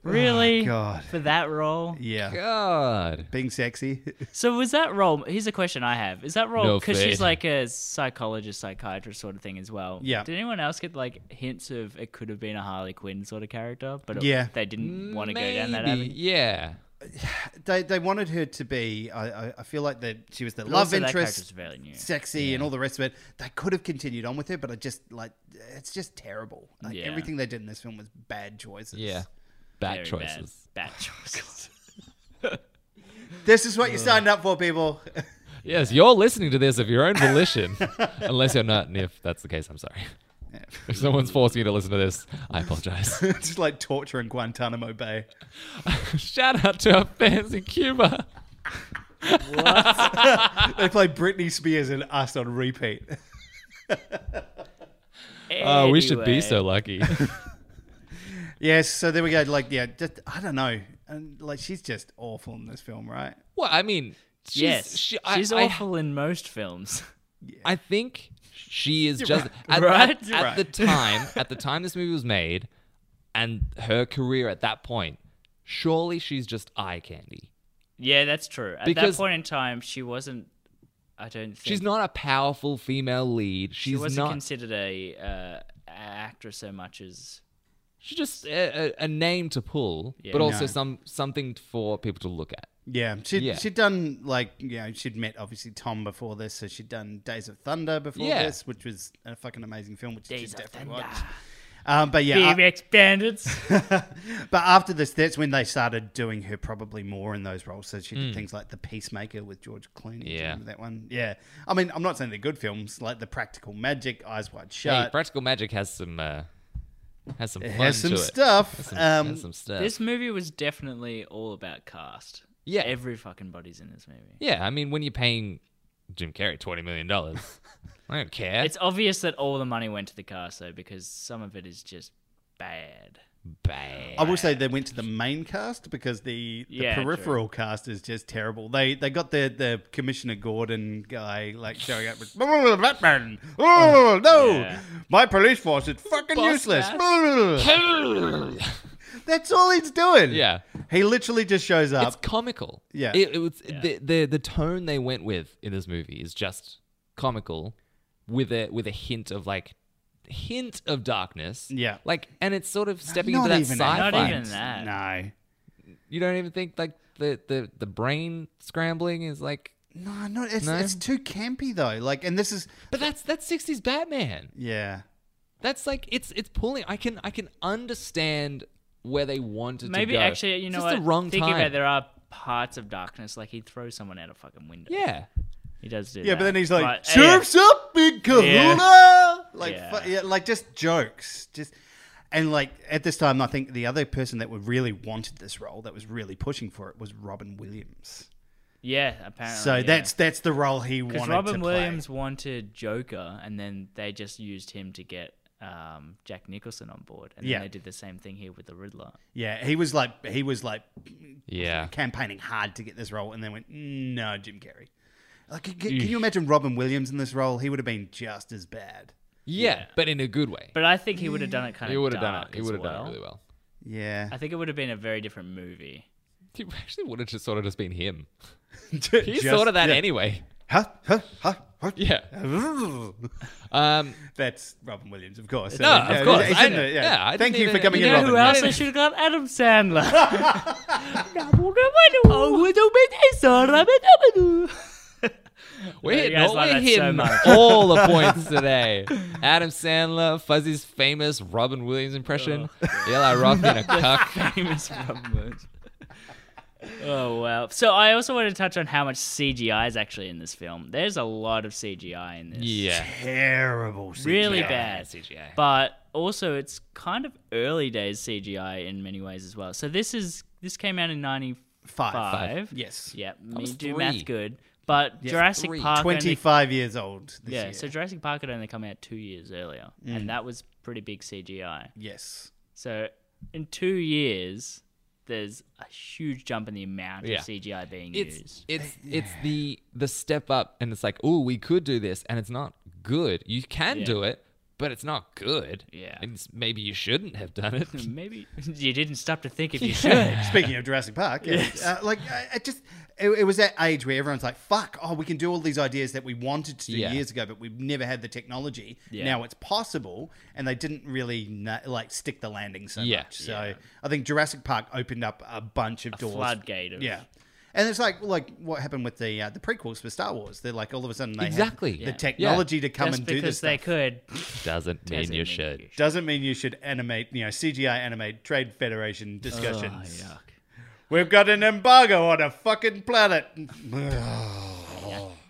B: Really?
C: God.
B: For
A: *laughs*
B: that role?
C: Yeah,
A: God.
C: being sexy. *laughs*
B: So was that role? Here's a question I have: Is that role
A: No
B: because
A: fair.
B: she's like a psychologist, psychiatrist sort of thing as well?
C: Yeah.
B: Did anyone else get like hints of it could have been a Harley Quinn sort of character, but it-
C: Yeah.
B: they didn't want to go down that
A: Maybe,
B: avenue?
A: Yeah.
C: they they wanted her to be. I I, I feel like that she was the
B: But
C: love
B: also that character's
C: interest.
B: Very new.
C: Sexy and all the rest of it. They could have continued on with her, but I just like it's just terrible. Like
B: Yeah.
C: everything they did in this film was bad choices.
A: Yeah. Bad
B: Very
A: choices.
B: Bad, bad choices.
C: This is what you signed up for, people. *laughs*
A: Yes, you're listening to this of your own volition. *laughs* Unless you're not, and if that's the case, I'm sorry. *laughs* If someone's forcing you to listen to this, I
C: *laughs*
A: apologize. *laughs*
C: Just like torture in Guantanamo Bay.
A: Shout out to our fans in Cuba.
C: They play Britney Spears and us on repeat.
A: *laughs*
C: *laughs*
A: Oh, we should be
B: Anyway.
A: so lucky. *laughs*
C: yes, so there we go. Like, yeah, just I don't know. And like, she's just awful in this film, right?
A: well, I mean, she's,
B: yes,
A: she- I-
B: she's
A: I-
B: awful in
A: *laughs*
B: most films.
A: I think she is just at,
B: Right?
A: at-
B: You're
A: at
C: right.
A: the time at
B: *laughs*
A: the time this movie was made and her career at that point surely she's just eye candy
B: Yeah, that's true. At
A: Because-
B: that point in time, she wasn't. I don't think
A: she's not a powerful female lead she's
B: She wasn't
A: not
B: considered a uh, actress so much as
A: she's just a, a, a name to pull
B: Yeah.
A: but also
C: No.
A: some something for people to look at
C: Yeah, she'd,
A: Yeah.
C: she'd done like you know she'd met obviously Tom before this, so she'd done Days of Thunder before
A: Yeah.
C: this, which was a fucking amazing film, which you
B: Days
C: should
B: of
C: definitely
B: Thunder.
C: watch. Um, but yeah,
B: BMX
A: *laughs*
B: Bandits.
C: but after this, that's when they started doing her probably more in those roles. So she did things like The Peacemaker with George Clooney. Do you
A: Yeah.
C: remember that one. Yeah, I mean, I'm not saying they're good films, like The Practical Magic, Eyes Wide
A: hey
C: Shut.
A: practical magic has some uh, has some
C: it
A: fun
C: has some
A: to
C: stuff.
A: it. Has some,
C: um,
A: has some stuff
B: this movie was definitely all about cast.
A: Yeah.
B: every fucking body's in this movie.
A: yeah i mean when you're paying jim carrey 20 million
B: *laughs*
A: dollars i don't care
B: It's obvious that all the money went to the cast though, because some of it is just bad.
A: bad
C: I will say they went to the main cast because the, the
B: Yeah, true.
C: peripheral cast is just terrible. They they got the, the Commissioner Gordon guy like showing up with *laughs* Batman. Oh no,
B: Yeah.
C: my police force is fucking
B: Boss
C: useless.
B: man.
C: *laughs* That's all he's doing.
A: Yeah.
C: he literally just shows up.
A: it's comical.
C: Yeah.
A: It, it was the, the the tone they went with in this movie is just comical, with a with a hint of like hint of darkness.
C: Yeah.
A: Like, and it's sort of stepping
C: Not
A: into that
C: even
A: sci-fi.
C: a
B: Not
C: hint.
B: even that.
C: No.
A: You don't even think like the the the brain scrambling is like.
C: No, no, it's,
A: No?
C: it's too campy though. Like, and this is
A: But that's that's sixties Batman.
C: yeah,
A: That's like it's it's pulling. I can I can understand where they wanted
B: Maybe
A: to go.
B: actually, you
A: It's
B: know
A: just
B: what?
A: The wrong
B: Thinking
A: time.
B: about it, there are parts of darkness like he throws someone out a fucking window.
A: yeah.
B: he does do.
C: yeah. But
B: that.
C: then he's like,
B: But, yeah.
C: "Surfs up, big kahuna!" Like,
B: Yeah.
C: fu- yeah, like just jokes, just and like at this time, I think the other person that would really wanted this role, that was really pushing for it, was Robin Williams.
B: yeah, apparently.
C: So
B: Oh, yeah.
C: that's that's the role he
B: Because
C: wanted to
B: Robin
C: play.
B: Williams wanted Joker, and then they just used him to get um, Jack Nicholson on board, and then
C: Yeah.
B: they did the same thing here with the Riddler.
C: Yeah, he was like he was like
A: Yeah.
C: campaigning hard to get this role, and then went no, Jim Carrey. Like, can, can you imagine Robin Williams in this role? He would have been just as bad.
A: Yeah. But in a good way.
B: But I think he would have done it kind
A: He
B: of.
A: would have done
B: dark
A: it. He
B: as
A: would have
B: well.
A: done it really well. *laughs*
C: Yeah,
B: I think it would have been a very different movie.
A: He actually would have just sort of just been him.
C: Just-
A: He's sort of that
C: yeah.
A: anyway. *laughs*
C: Huh? Huh? Huh? Huh?
A: Yeah. Um,
C: *laughs* That's Robin Williams, of course.
A: No, of course.
C: it's
A: I
C: in
A: know.
C: there,
A: Yeah, I
C: Thank
A: didn't
C: you for
A: even-
C: coming
A: You
C: in,
A: know
C: Robin.
A: who else I
B: should have got?
C: *laughs*
B: Adam *laughs* Oh, Sandler.
A: we're
B: Yeah, you
A: hitting,
B: guys
A: all,
B: love
A: we're
B: that so
A: hitting
B: much.
A: all the
B: *laughs*
A: points today. Adam Sandler, Fuzzy's famous Robin Williams impression, Eli Roth
B: *laughs*
A: being a cuck.
B: Famous Robin Williams. Oh wow! So I also want to touch on how much CGI is actually in this film. There's a lot of CGI in this.
A: Yeah.
C: Terrible. CGI.
B: really
A: Yeah,
B: bad
A: CGI.
B: But also, it's kind of early days CGI in many ways as well. So this is this came out in ninety
C: Five.
B: five.
C: Yes.
B: Yeah,
A: I
B: me
A: was
B: do
A: three.
B: math good. But
A: Yes,
B: Jurassic
A: three.
B: Park only,
C: Twenty-five years old. This
B: yeah,
C: Year. Mm.
B: so Jurassic Park had only come out two years earlier, and that was pretty big CGI.
C: yes.
B: So in two years, there's a huge jump in the amount
A: Yeah.
B: of CGI
C: *laughs*
B: being
A: It's
B: used.
A: it's it's the the step up, and it's like, oh, we could do this, and it's not good. You can
B: Yeah.
A: do it, but it's not good.
B: Yeah.
A: and it's- maybe you shouldn't have done
B: *laughs*
A: it.
B: Hmm, Maybe you didn't stop to think if you should.
C: Speaking of Jurassic Park, yes. uh, like I, I just. It, it was that age where everyone's like, "Fuck! Oh, we can do all these ideas that we wanted to do
A: Yeah.
C: years ago, but we've never had the technology.
B: Yeah.
C: Now it's possible." And they didn't really na- like stick the landing so
A: Yeah.
C: much. So I think Jurassic Park opened up a bunch of doors.
B: Floodgate of
C: Yeah. And it's like like what happened with the uh, the prequels for Star Wars. They're like all of a sudden they had
A: Exactly. Yeah.
C: the technology to come
B: Just
C: and do this
B: because they
C: stuff.
B: could.
A: Doesn't mean
B: doesn't
A: you
B: mean
A: should.
B: you
C: Doesn't mean you should animate, you know, CGI animate trade federation discussions.
B: Oh, yuck.
C: We've got an embargo on a fucking *laughs* planet.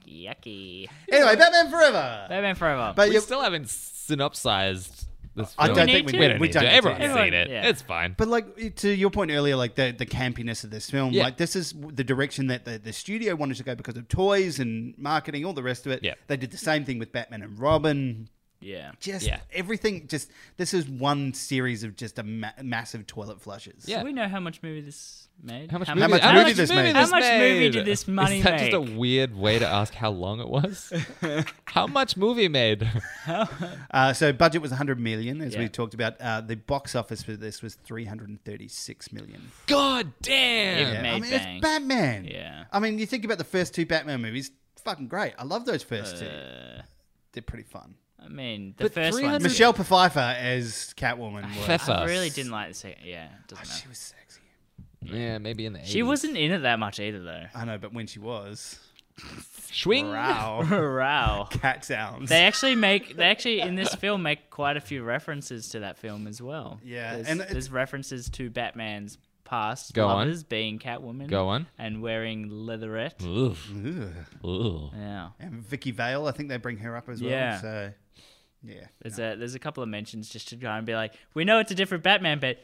B: Yucky.
C: anyway, Batman Forever.
B: Batman Forever.
C: But
A: We
C: you,
A: still haven't synopsized this.
C: I
A: film.
C: don't
B: We
C: think we,
B: need
C: did.
A: We
B: to.
A: don't
C: we
A: need
C: don't
A: to.
C: need to.
A: Everyone's
B: Everyone-
A: seen it.
B: yeah.
A: It's fine.
C: But like to your point earlier, like the, the campiness of this film,
A: Yeah.
C: like this is the direction that the, the studio wanted to go because of toys and marketing, all the rest of it.
A: Yeah.
C: They did the same thing with Batman and Robin.
B: Yeah.
C: Just
A: Yeah.
C: everything. Just this is one series of just a ma- massive toilet flushes.
A: Yeah.
B: Do we know how much movie this made?
A: How much,
B: How
A: movie,
C: much
A: how
C: movie
A: much
C: this
A: movie
C: made?
B: How much movie
A: made?
B: did this money
A: Is that just
B: make?
A: a weird way to ask how long it was? how much movie made?
C: Uh, so budget was 100 million, as we
B: Yeah.
C: talked about. Uh, the box office for this was 336 million.
A: God
B: It
A: damn!
B: made
C: I mean,
B: bank.
C: it's Batman.
B: Yeah.
C: I mean, you think about the first two Batman movies. Fucking great. I love those first two.
B: Uh,
C: They're pretty fun.
B: I mean, the
A: But
B: first
A: 300
B: one.
C: Michelle Pfeiffer as Catwoman. Was,
A: Pfeiffer.
B: I really didn't like the second. Yeah, it doesn't matter.
C: *laughs* she was sexy.
A: Yeah, maybe in the 80s.
B: She wasn't in it that much either, though.
C: I know, but when she was,
A: Swing.
B: *laughs*
C: wow,
B: Wow.
C: cat sounds.
B: They actually make they actually in this film make quite a few references to that film as well.
C: Yeah,
B: there's,
C: and it-
B: there's references to Batman's past
A: Go on.
B: lovers being Catwoman.
A: Go on. Mm.
B: and wearing leatherette.
A: Ugh.
C: Ugh.
A: Ugh.
B: Yeah,
C: And Vicky Vale, I think they bring her up as well.
B: Yeah.
C: So, yeah.
B: there's a there's a couple of mentions just to try and be like, we know it's a different Batman, but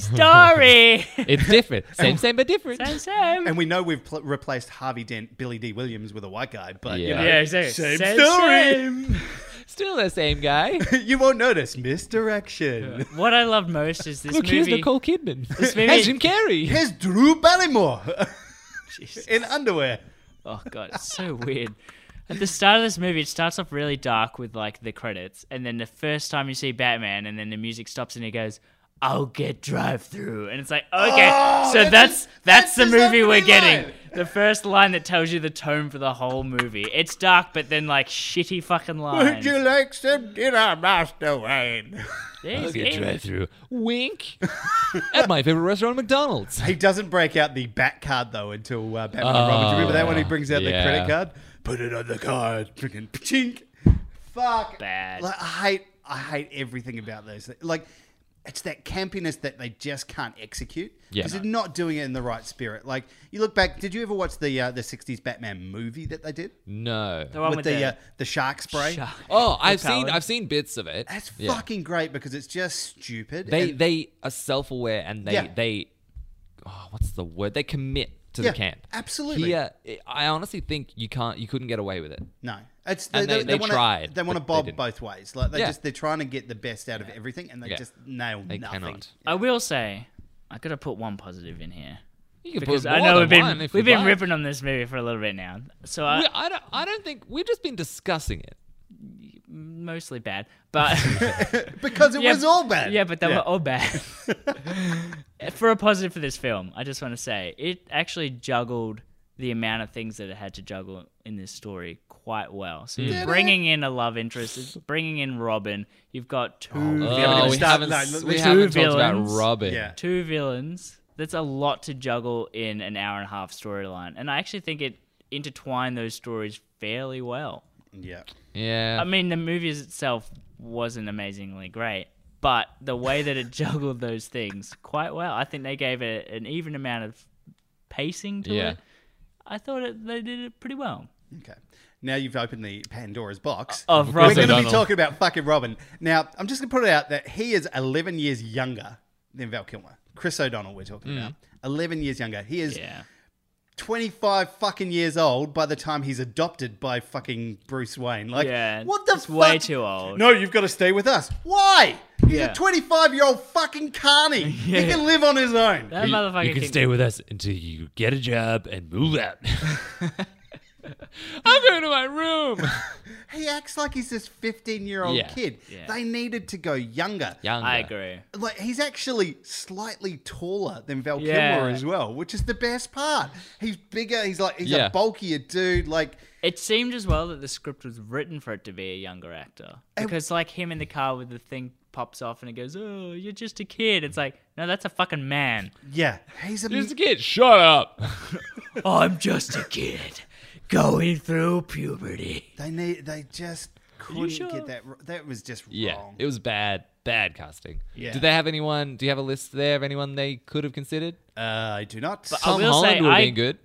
A: *laughs*
B: story,
A: It's different. Same, same, but different.
B: same same.
C: And we know we've pl- replaced Harvey Dent, Billy D. Williams with a white guy, but you
A: Yeah.
C: know,
B: yeah, exactly.
C: same, story.
A: Still the same guy.
C: *laughs* you won't notice misdirection.
B: *laughs* What I love most is this
A: Look, here's
B: movie.
A: Nicole Kidman.
B: movie-
A: And Jim
C: *laughs*
A: Carrey.
C: Here's Drew Barrymore *laughs*
B: Jeez.
C: in underwear.
B: Oh god, it's so weird. At the start of this movie, it starts off really dark with like the credits, and then the first time you see Batman, and then the music stops, and he goes, "I'll get drive through," and it's like, okay,
C: Oh,
B: so
C: that
B: that's
C: is- that's
B: that's the
C: his
B: movie we're
C: opening
B: getting.
C: line.
B: The first line that tells you the tone for the whole movie. It's dark, but then like shitty fucking lines.
C: like some dinner, Master Wayne?
B: There's it.
A: through. Wink. At my favorite restaurant, McDonald's.
C: *laughs* He doesn't break out the bat card though until uh, Batman and Robin. Do you remember that when he brings out
A: Oh, yeah.
C: the credit card? Put it on the card. Freaking chink. Fuck.
B: Bad.
C: Like, I hate. I hate everything about those. Like. It's that campiness that they just can't execute
A: Yeah.
C: because they're not doing it in the right spirit. Like you look back, did you ever watch the uh, the '60s Batman movie that they did
A: No.
B: The one with,
C: with the uh, the shark spray?
B: Shark.
A: Oh, I've seen
B: Powers.
A: I've seen bits of it.
C: That's
A: Yeah.
C: fucking great because it's just stupid.
A: They
C: and-
A: they are self aware and they
C: Yeah.
A: they oh, what's the word? They commit to
C: Yeah,
A: the camp. uh,
C: absolutely.
A: Here, I- I honestly think you can't you couldn't get away with it.
C: No, it's
A: And they- they
C: wanna,
A: tried,
C: They want to
A: but they
C: bob
A: didn't.
C: both ways. Like they
A: Yeah.
C: just they're trying to get the best out of everything, and they
A: Yeah.
C: just nail
A: They
C: nothing.
A: cannot.
B: I will say, I gotta put one positive in here
A: You can
B: because
A: put
B: I
A: more
B: know
A: than
B: we've been
A: one if
B: we've
A: you
B: been
A: like.
B: ripping on this movie for a little bit now. So uh, I,
A: We, I don't I don't think we've just been discussing it.
B: mostly bad,
A: *laughs*
B: but. *laughs*
C: because it
B: Yeah,
C: was all bad.
B: Yeah, but they were all bad. *laughs* for a positive for this film, I just want to say it actually juggled the amount of things that it had to juggle in this story quite well.
A: Mm.
B: So you're bringing in a love interest, it's bringing in Robin. You've got two
C: even
A: Oh,
B: villains.
A: we
C: start-
A: haven't,
C: no,
A: s-
C: let's
A: we
C: do
A: haven't talked about
B: villains.
A: Robin.
C: Yeah.
B: Two villains. That's a lot to juggle in an hour and a half storyline, and I actually think it intertwined those stories fairly well.
C: yeah.
A: Yeah.
B: I mean, the movie itself wasn't amazingly great, but the way that it *laughs* juggled those things quite well. I think they gave it an even amount of pacing to
A: Yeah.
B: it. I thought it, they did it pretty well.
C: Okay. Now you've opened the Pandora's box.
B: Of
C: we're
B: Uh, Robin.
C: going to be
A: Donald.
C: talking about fucking Robin. Now I'm just going to put it out that he is 11 years younger than Val Kilmer. Chris O'Donnell, we're talking
A: Mm.
C: about 11 years younger. He is
B: Yeah.
C: 25 fucking years old by the time he's adopted by fucking Bruce Wayne. Like,
B: Yeah,
C: what the
B: it's
C: fuck?
B: way too old.
C: No, you've got to stay with us. Why? He's a
B: Yeah.
C: 25 year old fucking
B: *laughs*
C: carny. He can live on his own.
B: That motherfucker can-
A: with us until you get a job and move *laughs* out. I'm going to my room.
C: He acts like he's this 15 year old
A: Yeah.
C: kid.
B: Yeah.
C: They needed to go younger.
A: Younger.
B: I agree.
C: Like, he's actually slightly taller than Val
B: Yeah.
C: Kilmer as well, which is the best part. He's bigger. He's like, he's
A: Yeah.
C: a bulkier dude. Like,
B: It seemed as well that the script was written for it to be a younger actor because, like, him in the car with the thing pops off and it goes, "Oh, you're just a kid." It's like, no, that's a fucking man.
C: yeah, he's a.
A: Just a kid. Shut up.
B: *laughs* I'm just a kid going through puberty.
C: they need. They just couldn't
B: sure?
C: get that. r- That was just
A: Yeah,
C: wrong.
A: it was bad, bad casting.
C: Yeah.
A: Do they have anyone? Do you have a list there of anyone they could have considered?
C: Uh, I do not.
B: But
A: Tom
B: I will
A: Holland
B: say,
A: would have
B: I,
A: been good.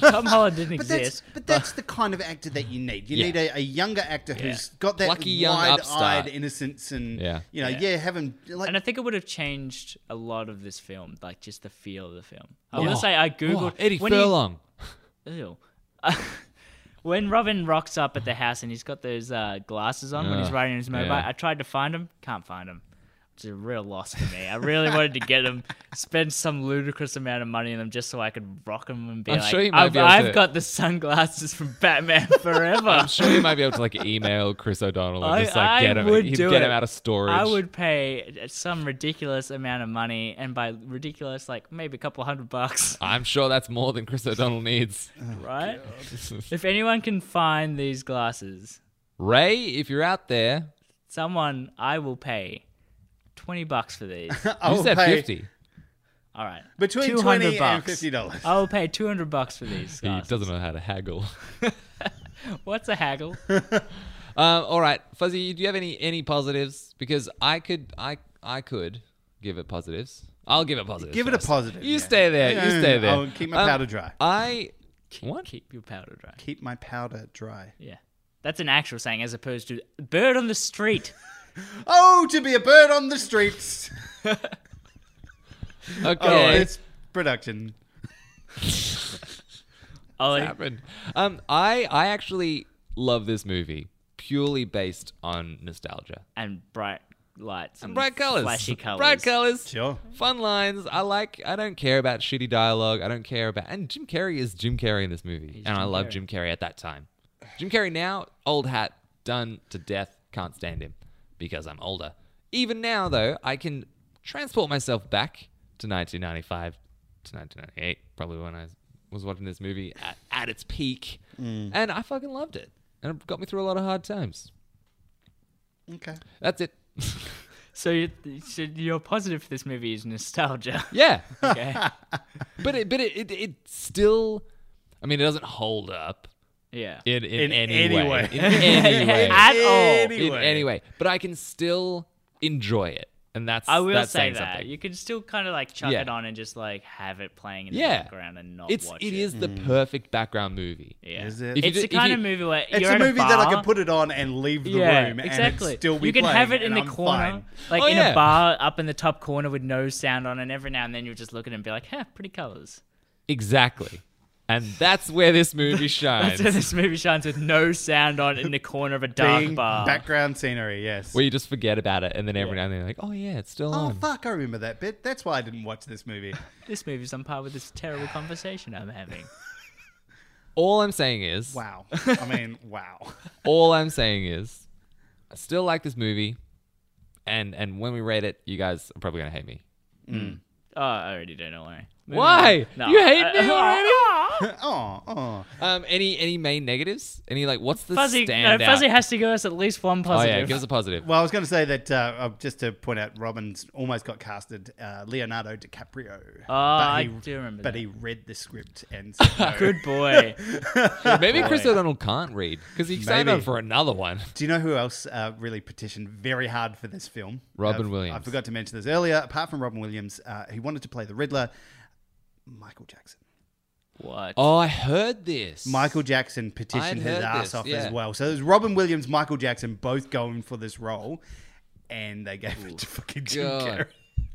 B: *laughs* Tom Holland
A: *laughs*
B: didn't
C: But that's
B: exist.
C: but
B: *laughs*
C: that's the kind of actor that you need. You
A: Yeah.
C: need a, a younger actor who's got that
A: Plucky young
C: wide-eyed
A: upstart.
C: innocence and
A: Yeah.
C: you know, yeah, have him like
B: And I think it would have changed a lot of this film, like just the feel of the film. I
A: Oh.
B: will say, I
A: Oh,
B: googled
A: Eddie
B: when
A: Furlong.
B: He, ew. *laughs* When Robin rocks up at the house and he's got those uh, glasses on when he's
A: Ugh,
B: riding his motorbike,
A: Ah, yeah.
B: I tried to find him, can't find him. It's a real loss for me. I really wanted to
A: *laughs*
B: get him, spend some ludicrous amount of money on them just so I could rock him and be
A: I'm
B: like,
A: sure you might
B: I've,
A: be able
B: I've
A: to-
B: got the sunglasses from
A: *laughs*
B: Batman Forever.
A: I'm sure you might be able to like email Chris O'Donnell and
B: I-
A: just like get
B: I
A: him,
B: would
A: he'd
B: do
A: get
B: it.
A: him out of storage.
B: I would pay some ridiculous amount of money, and by ridiculous, like maybe a couple hundred *laughs* bucks,
A: I'm sure that's more than Chris O'Donnell needs.
B: right? if anyone can find these glasses,
A: Ray, if you're out there,
B: someone I will pay twenty bucks for
C: *laughs*
B: these.
C: I
A: you
C: will
A: said
C: pay
A: 50.
B: All right,
C: Between
B: 200
C: 20 and
B: bucks.
C: $50.
B: I will pay two hundred bucks for *laughs* these.
A: He
B: Glasses.
A: doesn't know how to haggle. *laughs*
B: What's a haggle?
A: Um, all right, Fuzzy, do you have any any positives? Because I could, I I could give it positives. I'll give it positives.
C: Give it a
A: first.
C: positive,
A: You
C: yeah.
A: stay there.
C: Yeah,
A: you
C: yeah,
A: stay
C: yeah.
A: there.
C: I'll keep
B: Um,
C: my powder dry.
A: I what?
B: *laughs* Keep your powder dry.
C: Keep my powder dry.
B: Yeah, that's an actual saying as opposed to bird on the *laughs* street.
C: Oh, to be a bird on the
B: *laughs*
C: streets. Oh,
A: Okay.
C: it's production.
A: *laughs*
B: Ollie,
A: happened. Um, I I actually love this movie purely based on nostalgia.
B: and bright lights and
A: Bright colors,
B: flashy colors,
A: bright colors,
C: Sure.
A: fun lines. I like. I don't care about shitty dialogue. I don't care about. And Jim Carrey is Jim Carrey in this movie, and I
B: Jim
A: love
B: Carrey.
A: Jim Carrey at that time. Jim Carrey now, old hat, done to death. Can't stand him because I'm older. Even now, though, I can transport myself back to 1995 to 1998, probably when I was watching this movie at, at its peak,
B: Mm.
A: and I fucking loved it, and it got me through a lot of hard times.
C: Okay.
A: That's it. *laughs*
B: So, you, so your positive for this movie is nostalgia.
A: yeah.
B: Okay.
A: But it, but it, it, it still. I mean, it doesn't hold up
B: Yeah.
A: in, in,
C: In
A: any,
C: any
A: way.
C: way.
A: In *laughs* any way.
B: At all.
A: In any way. But I can still enjoy it, and that's
B: I will
A: that's
B: say
A: saying
B: that
A: something.
B: you can still kind of like chuck
A: Yeah.
B: it on and just like have it playing in the
A: Yeah.
B: background and not
A: it's
B: watch
A: it is the perfect background movie.
B: Yeah.
C: Is it?
A: If you
B: It's
A: do-
B: the
A: if
B: kind of
A: you-
B: movie where
C: It's
B: you're
C: a
B: at
C: movie that I
B: bar-
C: can put it on and leave the room and it'd still be
B: you can have
C: playing
B: it in
C: and
B: the
C: I'm
B: corner,
C: fine.
B: like
A: Oh,
B: in
A: yeah.
B: a bar up in the top corner with no sound on, and every now and then you'll just look at it and be like, "Huh, pretty colors."
A: Exactly. And that's where this
B: *laughs*
A: movie shines.
B: That's how this movie shines with no sound on in the corner of a dark
C: Being
B: bar.
C: background scenery, yes.
A: where you just forget about it, and then every
B: Yeah.
A: now and then you're like, oh yeah, it's still
C: oh
A: on.
C: fuck, I remember that bit. That's why I didn't watch this movie.
B: This movie's on par with this terrible conversation
A: *laughs*
B: I'm having.
A: All I'm saying is,
C: Wow. I mean, wow.
A: all I'm saying is, I still like this movie, and and when we rate it, you guys are probably gonna hate me.
B: Oh, I already do. Don't worry. Moving
A: Why?
B: on. No, Uh,
A: you hate
B: I-
A: me
C: *laughs*
B: *laughs*
A: already?
C: Oh, oh.
A: Um, any any main negatives? Any like what's the
B: Fuzzy, no,
A: standout?
B: Fuzzy has to give us at least one
A: oh
B: positive.
A: yeah, give us a positive.
C: Well, I was going to say that uh, uh, just to point out, Robbins almost got casted uh, Leonardo DiCaprio. Oh,
B: Ah, I do remember
C: But
B: that.
C: he read the script
B: *laughs*
C: and said no.
B: *laughs* Good *laughs* boy.
A: Maybe Chris O'Donnell can't read because he signed on
C: Maybe.
A: for another one.
C: Do you know who else uh, really petitioned very hard for this film?
A: Robin
C: I've-
A: Williams.
C: I forgot to mention this earlier. Apart from Robin Williams, uh, he wanted to play the Riddler, Michael Jackson.
B: what?
A: Oh, I heard this. *laughs*
C: Michael Jackson petitioned his
A: heard
C: ass
A: this,
C: off
A: yeah.
C: as well. So it was Robin Williams, Michael Jackson, both going for this role, and they gave it to fucking Jim
A: God.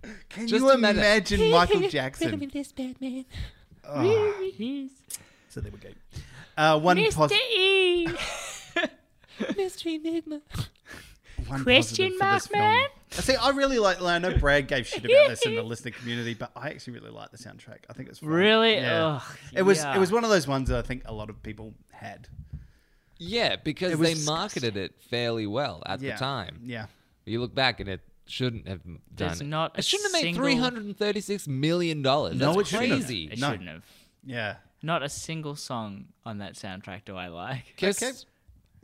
C: Carrey. Can
A: Just
C: you
A: imagine-
C: imagine, *laughs* Michael Jackson?
E: this Batman.
C: So there we go. Uh, one positive.
B: E.
E: Mystery Enigma.
C: one
B: *laughs* Question
C: positive for
B: mark,
C: this film. Uh,
B: man?
C: See, I really like. Like, I know Brad gave shit about this in the listener community, but I actually really like the soundtrack. I think it's fun.
B: Really?
C: Yeah.
B: Ugh,
C: it was.
B: yeah.
C: It was one of those ones that I think a lot of people had
A: Yeah, because
C: It was
A: they marketed it fairly well at
C: yeah.
A: the time.
C: Yeah.
A: You look back and it shouldn't have done.
B: There's
A: it.
B: not a
A: It shouldn't have made
B: single-
A: three hundred and thirty-six million dollars.
C: No,
A: That's
C: it shouldn't have.
A: crazy.
B: It
C: No.
B: shouldn't have.
C: Yeah.
B: Not a single song on that soundtrack do I like.
A: Kiss,
C: Okay.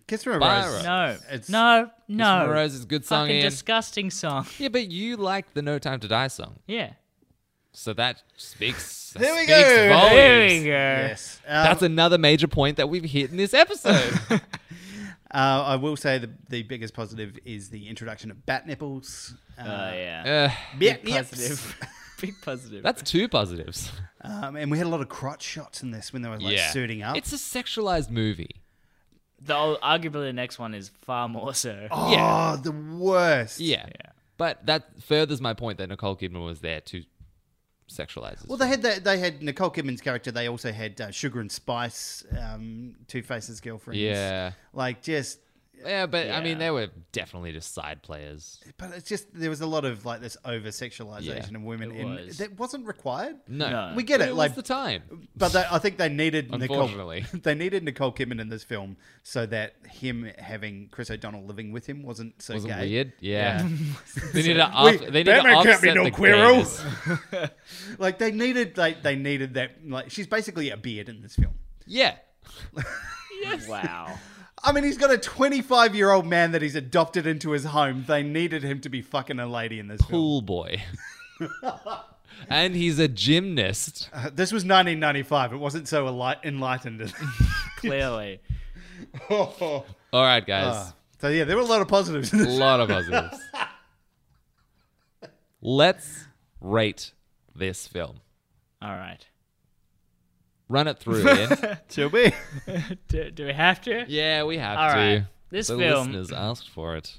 C: Kiss from a
A: Byron.
C: Rose.
B: No.
C: It's-
B: no.
A: Kiss
B: No.
A: from a Rose is a good song.
B: Fucking
A: Ian.
B: disgusting song. *laughs*
A: Yeah, but you like the No Time to Die song,
B: Yeah.
A: so that speaks. that
C: There we
A: speaks
C: go.
A: Volumes.
B: There we go.
C: Yes. Um,
A: That's another major point that we've hit in this
C: *laughs*
A: episode.
C: uh, I will say the the biggest positive is the introduction of bat nipples. Uh,
B: Oh
A: Uh,
B: yeah.
C: bat
B: Big
C: nips.
B: positive. Big positive.
A: that's two positives.
C: Um, and we had a lot of crotch shots in this when they were like suiting up.
A: It's a sexualized movie.
B: Though arguably the next one is far more so. *laughs*
C: oh,
A: yeah.
C: the worst.
A: Yeah. But that furthers my point that Nicole Kidman was there to sexualizes.
C: Well, they had that. They had Nicole Kidman's character. They also had uh, Sugar and Spice, um, Two Face's girlfriends.
A: Yeah.
C: like just.
A: yeah, but I mean,
B: Yeah.
A: they were definitely just side players.
C: But it's just there was a lot of like this over sexualization
A: Yeah,
C: of women,
B: it
C: and
B: was.
C: that wasn't required.
A: No,
B: No.
C: We get
A: But
C: it,
A: it was
C: like,
A: the time.
C: but they, I think they needed Nicole.
A: Unfortunately.
C: *laughs* They needed Nicole Kidman in this film so that him having Chris O'Donnell living with him wasn't so
A: Wasn't
C: gay.
A: weird.
C: *laughs*
A: Yeah, they need to. Off,
C: We-
A: they need to
C: Batman can't be
A: offset
C: no
A: the
C: queero.
A: gayness.
C: *laughs* Like they needed, like they needed that. Like she's basically a beard in this film.
A: Yeah,
B: Wow.
C: *laughs* I mean, he's got a 25 year old man that he's adopted into his home. They needed him to be fucking a lady in this film.
A: pool boy. *laughs* and he's a gymnast.
C: Uh, This was 1995. It wasn't so enlight- enlightened. *laughs*
B: Clearly.
C: Oh.
A: All right, guys.
B: Ah.
C: so yeah, there were a lot of positives. in this.
A: lot of positives. Let's rate this film.
B: All right.
A: Run it
B: *laughs*
A: through, Ian.
C: to be.
B: Do, do we have to?
A: yeah, we have
B: All
A: to.
B: right. This
A: the
B: film-
A: listeners asked for it.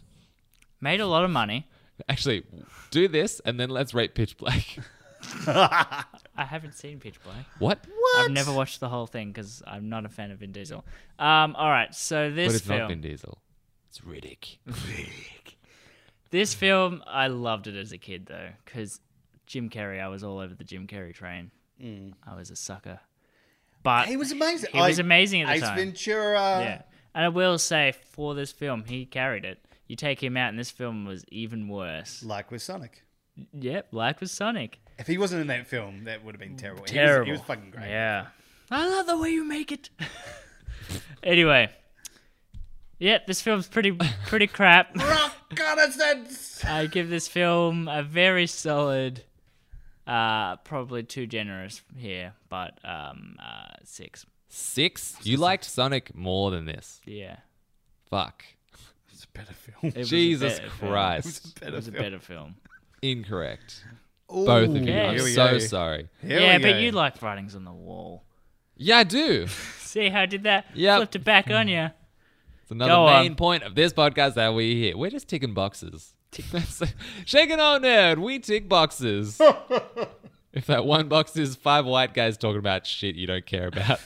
B: Made a lot of money.
A: Actually, do this and then let's rate Pitch Black. *laughs*
B: I haven't seen Pitch Black.
A: What?
B: I've never watched the whole thing because I'm not a fan of Vin Diesel. Um, all right, so
A: But
B: this
A: it's
B: film,
A: not Vin Diesel. It's
B: *laughs*
A: Riddick.
B: this film, I loved it as a kid though because Jim Carrey. I was all over the Jim Carrey train.
C: Mm.
B: I was a sucker, but
C: He was amazing.
B: He was amazing at the
C: Ace
B: time.
C: Ventura.
B: yeah, and I will say for this film, he carried it. You take him out, and this film was even worse.
C: Like with Sonic.
B: Yep, like with Sonic.
C: If he wasn't in that film, that would have been terrible. He was-
B: Terrible.
C: He was, fucking great.
B: Yeah. I love the way you make it. *laughs* anyway. Yeah, this film's pretty pretty crap.
C: Oh, God, it's that.
B: I give this film a very solid uh probably too generous here, but um uh 6.
A: Six? You liked Sonic more than this.
B: Yeah.
A: Fuck.
C: It's a better film.
B: It was a
A: Jesus
B: better film.
A: Christ.
B: *laughs* It was a better film.
A: Incorrect. Both of you.
B: Ooh,
A: I'm
B: here we
A: so
C: go.
A: sorry.
B: yeah, but you like writings on the wall.
A: Yeah, I do.
B: See how I did that?
A: Yep.
B: Flipped it back on you.
A: It's another
B: Go on.
A: main point of this podcast that we hit. We're just ticking boxes. *laughs* That's- Shaking on nerd, we tick boxes. if that one box is five white guys talking about shit you don't care about.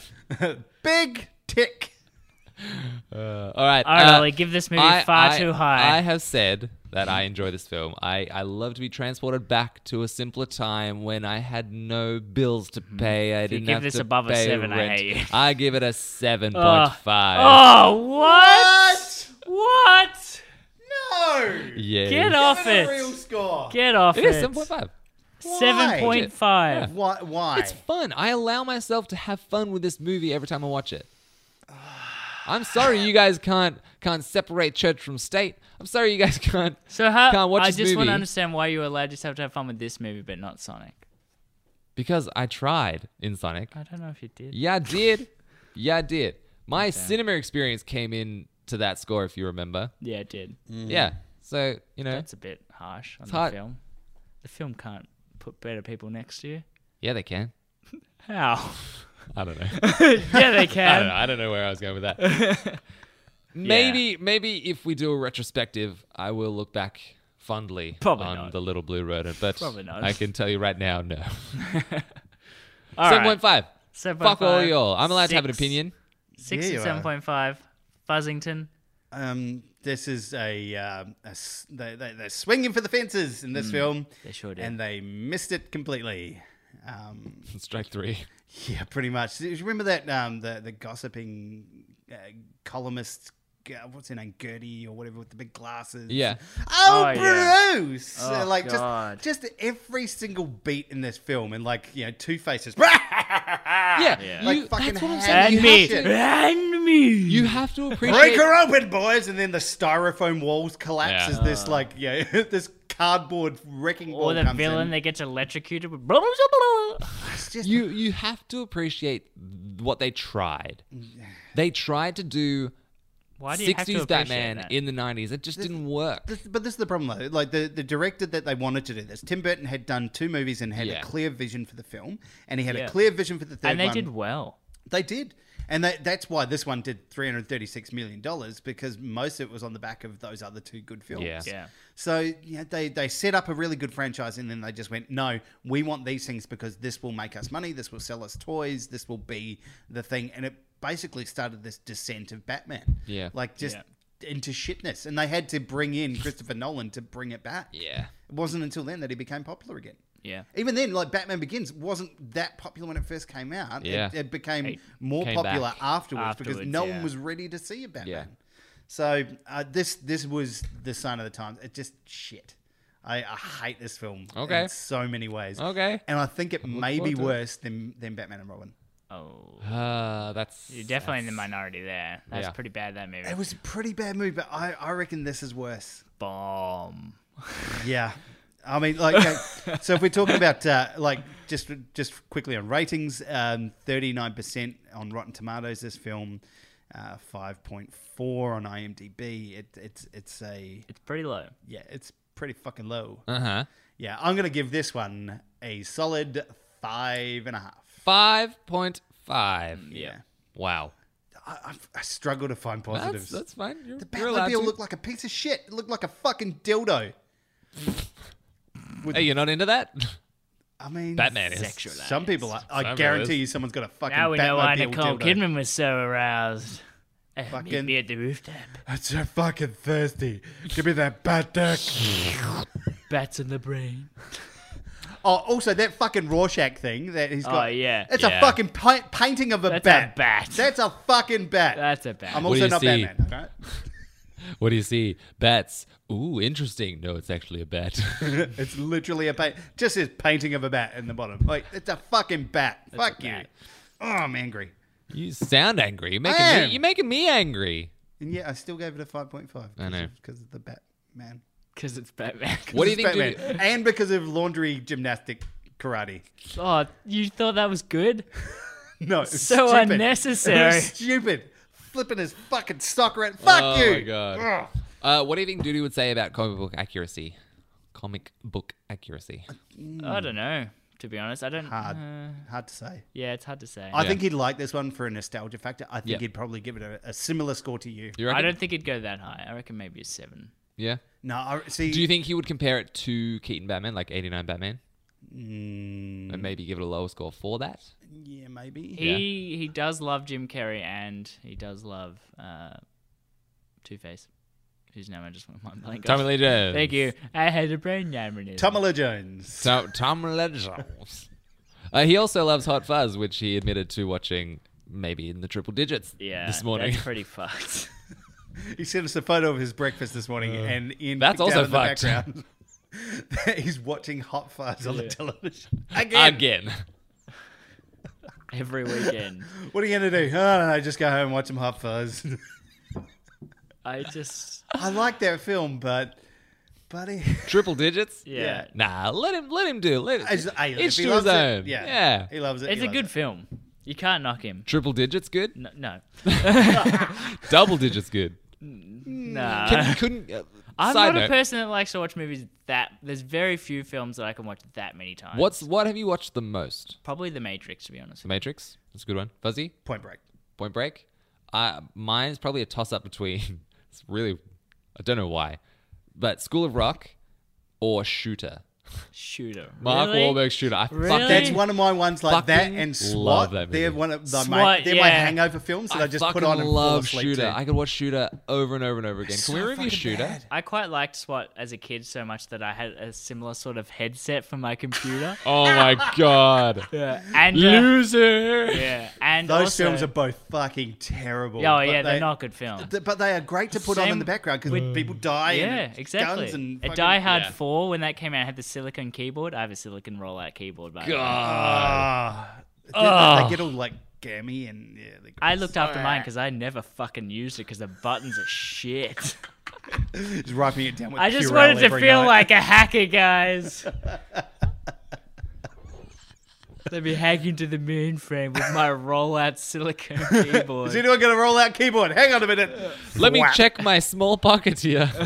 A: *laughs*
C: Big tick.
A: Uh, all right.
B: All right,
A: uh,
B: Ollie, give this movie far too high.
A: I have said that I enjoy this film. I, I love to be transported back to a simpler time when I had no bills to pay. I
B: Mm. you
A: didn't
B: give
A: have
B: this
A: to
B: above a
A: pay
B: seven, I
A: rent.
B: hate you.
A: I give it a seven point five.
B: oh, what? What?
C: No.
A: yeah,
B: Get off
C: Give it
B: it.
C: a real score.
B: Get off
A: It
B: it.
A: is seven point five.
B: Seven point five.
C: Why? Why?
A: It's fun. I allow myself to have fun with this movie every time I watch it. I'm sorry you guys can't can't separate church from state. I'm sorry you guys *laughs* can't.
B: So how?
A: Can't watch
B: I
A: this
B: just want
A: movie.
B: to understand why you allowed yourself to have fun with this movie, but not Sonic.
A: Because I tried in Sonic.
B: I don't know if you did.
A: Yeah, I did. yeah, I did. My cinema experience came in to that score, if you remember.
B: Yeah, it did.
A: Yeah. So you know,
B: That's a bit harsh on the
A: hard.
B: film. The film can't put better people next to you.
A: yeah, they can.
B: How?
A: I don't know.
B: *laughs* yeah, they
A: I don't know.
B: can.
A: I don't know where I was going with that. *laughs* maybe, maybe if we do a retrospective, I will look back fondly
B: Probably
A: on
B: not.
A: the little blue rodent. But
B: Probably not.
A: I can tell you right now,
B: *laughs*
A: no.
B: All
A: Seven
B: right.
A: point five.
B: Seven point
A: Fuck all
B: five,
A: y'all. I'm allowed to have an
B: six- *laughs*
A: opinion.
C: Yeah,
B: Six and
C: you are.
B: seven point five. Fuzzington.
C: Um, this is a, uh, a s- they, they, they're swinging for the fences in this film.
B: Hmm. they sure did.
C: and they missed it completely. Um,
A: Strike three.
C: yeah, pretty much. Do you remember that um, the the gossiping uh, columnist? g- What's her name, Gertie or whatever, with the big glasses?
B: *laughs*
A: Yeah.
C: Oh,
B: Oh, yeah.
C: Bruce!
B: Oh,
C: Uh, like
B: God.
C: just just every single beat in this film, and like you know, Two *laughs* Faces.
B: Ah,
A: Yeah.
C: Like
A: you-
C: fucking
A: that's what I'm
C: hand
A: saying. You
B: And
A: have
B: me.
A: to-
B: And me.
A: You have to appreciate
C: Break her open, boys! And then the styrofoam walls collapse
A: Yeah.
C: as
B: Ah.
C: this like yeah, *laughs* this cardboard wrecking ball
B: or the
C: comes
B: villain
C: in.
B: that gets electrocuted. with blah, blah, blah, blah.
C: It's just
A: you you have to appreciate what they tried. They tried to do
B: Why do you have to
A: 60s
B: appreciate
A: Batman
B: that?
A: in the 90s. It just didn't work.
C: This, but this is the problem, though. Like the, the director that they wanted to do this, Tim Burton had done two movies and had
A: Yeah.
C: a clear vision for the film, and he had
B: Yeah.
C: a clear vision for the third
B: and they
C: one.
B: did well.
C: They did, And that, that's why this one did $336 million because most of it was on the back of those other two good films.
A: Yeah.
B: Yeah.
C: So yeah, they, they set up a really good franchise and then they just went, no, we want these things because this will make us money, this will sell us toys, this will be the thing. And it basically started this descent of Batman.
A: Yeah.
C: Like just
B: Yeah.
C: into shitness. And they had to bring in Christopher Nolan to bring it back.
A: Yeah.
C: It wasn't until then that he became popular again.
B: Yeah.
C: Even then, like Batman Begins wasn't that popular when it first came out. It-
A: Yeah.
C: It, became
B: It
C: more
A: came
C: popular
A: back
C: afterwards, because
B: afterwards,
C: no
B: yeah.
C: one was ready to see a Batman.
A: Yeah.
C: So uh, this this was the sign of the times. It just shit. I, I hate this film
A: Okay.
C: in so many ways.
A: Okay.
C: And I think it may
A: forward
C: be
A: to it.
C: worse than, than Batman and Robin.
B: Oh,
A: Uh, that's
B: you're definitely in the
A: that's-
B: minority there. That's
A: Yeah.
B: pretty bad. That movie.
C: It was a pretty bad movie, but I, I reckon this is worse.
B: bomb.
C: Yeah. I mean, like, okay, so if we're talking about uh, like just just quickly on ratings, thirty nine percent on Rotten Tomatoes. This film, uh, five point four on IMDb. It, it's it's a
B: It's pretty low.
C: yeah, it's pretty fucking low.
A: Uh-huh.
C: Yeah, I'm gonna give this one a solid five and a half.
A: 5.5.
C: Yeah.
A: Wow.
C: I, I, I struggle to find
A: That's,
C: positives.
A: that's fine. You're,
C: the
A: you're allowed
C: Batmobile
A: to.
C: looked like a piece of shit. It looked like a fucking dildo.
A: Hey, you're not into that? *laughs*
C: I mean,
A: Batman is.
B: Sexualized.
C: Some people, I, I
A: Some
C: guarantee
A: is.
C: you, someone's got a fucking.
B: Now we know why
C: Batmobile
B: Nicole
C: dildo.
B: Kidman was so aroused. *laughs* Fucking...
C: Fucking-
B: Meet me at the rooftop.
C: I'm so fucking thirsty. Give me that bad dick.
B: Bats in the brain.
C: oh, also that fucking Rorschach thing that he's got.
B: Oh, yeah.
C: It's
A: Yeah.
C: a fucking pi- painting of a
B: That's a
C: bat.
B: bat.
C: That's a fucking bat.
B: That's a bat. *laughs*
C: I'm
A: What do
C: also
A: you
C: not
A: see?
C: Batman. All right?
A: What do you see? Bats. Ooh, interesting. No, it's actually a bat.
C: *laughs* it's literally a paint. Just says painting of a bat in the bottom. Like it's a fucking bat. Fuck you.
B: bat.
C: Oh, I'm angry.
A: *laughs* you sound angry. You're making,
C: I
A: me,
C: am.
A: you're making me angry.
C: And yet I still gave it a 5.5.
A: I know.
C: because of the Batman.
B: Because it's Batman.
A: What do you
C: It's
A: think? dude-
C: Batman. and because of laundry gymnastic karate.
B: Oh, you thought that was good?
C: No, it was
B: So
C: stupid. It *laughs*
B: unnecessary.
C: was stupid. Flipping his fucking sock around. Fuck
A: Oh
C: you.
A: my God.
C: Ugh.
A: uh, what do you think Doody would say about comic book accuracy? Comic book accuracy.
B: I don't know. To be honest, I don't.
C: Hard,
B: uh,
C: hard to say.
B: yeah, it's hard to say.
C: I think he'd like this one for a nostalgia factor. I think
A: Yeah.
C: he'd probably give it a, a similar score to you.
A: You
B: I
A: reckon?
B: don't think it'd go that high. I reckon maybe a seven.
A: yeah.
C: No, I see.
A: Do you think he would compare it to Keaton Batman, like 89 Batman,
C: Mm,
A: and maybe give it a lower score for that?
C: yeah, maybe.
B: He he does love Jim Carrey and he does love uh, Two Face, whose name I just went mind blank.
A: Tommy
B: on.
A: Lee Jones.
B: Thank you. I had a brain aneurysm.
C: Tomala Jones.
A: *laughs* Tom, Tom Lee Jones. Uh, he also loves Hot Fuzz, which he admitted to watching maybe in the triple digits
B: yeah,
A: this morning. *laughs*
B: That's *laughs* pretty fucked.
C: he sent us a photo of his breakfast this morning, and Ian
A: Uh, that's
C: picked
A: also
C: out in the
A: fucked.
C: background. that *laughs* He's watching Hot Fuzz on the television again.
A: Again.
B: Every weekend,
C: What are you gonna do? Oh, no, just go home and watch some Hot Fuzz. *laughs*
A: *laughs*
B: I just
C: I like that film, but buddy,
A: triple digits?
B: yeah.
A: Nah, let him let him do. it. Let
C: I just, I, if
A: each
C: he
A: to
C: loves
A: his
C: it,
A: own.
C: Yeah,
A: yeah.
C: he loves it.
B: It's
C: he
B: a
C: loves
B: good
C: it.
B: film. You can't knock him.
A: Triple digits good.
B: No,
A: *laughs*
B: no,
A: Double digits good.
B: nah.
A: Can, couldn't. Uh,
B: I'm
A: side
B: not a
A: note.
B: person that likes to watch movies that. There's very few films that I can watch that many times.
A: What's what have you watched the most?
B: probably The Matrix? To be honest,
A: The Matrix. That's a good one. Fuzzy.
C: Point Break.
A: Point Break. Uh, mine's probably a toss up between. *laughs* It's really. I don't know why, but School of Rock or Shooter.
B: Shooter.
A: Mark
B: really?
A: Wahlberg Shooter. I
B: Really?
A: fucking
C: That's one of my ones like that
A: Fucking
C: and
A: love
C: SWAT.
A: that
C: They're
A: movie.
C: one of they're my,
B: SWAT,
C: they're my
B: yeah.
C: hangover films that I, just put
A: fucking
C: on and fall
A: love
C: asleep
A: Shooter.
C: to.
A: I could watch Shooter over and over and over again. Can
C: so
A: we review
C: fucking
A: Shooter?
C: bad.
B: I quite liked SWAT as a kid so much that I had a similar sort of headset for
A: *laughs*
B: my computer.
A: Oh my god.
B: yeah. And uh,
A: Loser.
B: yeah, and
C: Those
B: also,
C: films are both fucking terrible.
B: Oh
C: but
B: yeah, they're
C: they-
B: not good films.
C: th- But they are great to put on in
B: Same
C: the background because people die.
B: yeah,
C: and
B: exactly.
C: Guns and
B: a
C: fucking-
B: Die Hard
A: yeah.
B: Four when that came out I had the silicon keyboard. I have a silicon rollout keyboard. By the way.
C: Ah. They- they get all like gammy and yeah. they're
B: I
C: gross.
B: looked after mine because I never fucking used it because the buttons
A: *laughs*
B: are shit.
C: Just wiping it down with
B: I just
C: Purell
B: wanted to
C: every
B: feel
C: night.
B: like a hacker,
C: *laughs*
B: guys. Let me hack into the mainframe with
C: *laughs*
B: my rollout silicon keyboard.
C: Is anyone gonna roll out keyboard? Hang on a minute.
A: Let me
C: Whack.
A: check my small pocket here. *laughs*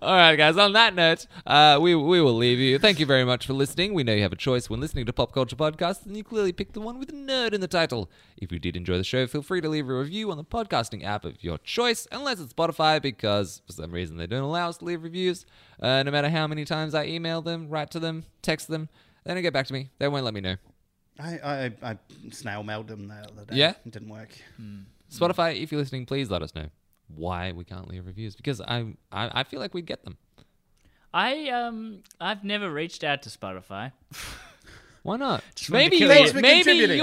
A: All right, guys. On that note, uh, we we will leave you. Thank you very much for listening. We know you have a choice when listening to pop culture podcasts, and you clearly picked the one with nerd in the title. If you did enjoy the show, feel free to leave a review on the podcasting app of your choice, unless it's Spotify, because for some reason they don't allow us to leave reviews. Uh, no matter how many times I email them, write to them, text them, they don't get back to me. They won't let me know.
C: I, I, I snail mailed them the other day.
A: Yeah?
C: It didn't work.
A: Spotify, if you're listening, please let us know why we can't leave reviews because I I, I feel like we'd get them.
B: I um I've never reached out to Spotify.
A: Why not?
B: wanted
A: Maybe
B: to
A: you,
B: kill
C: you. Thanks for
A: maybe you're
C: contributing.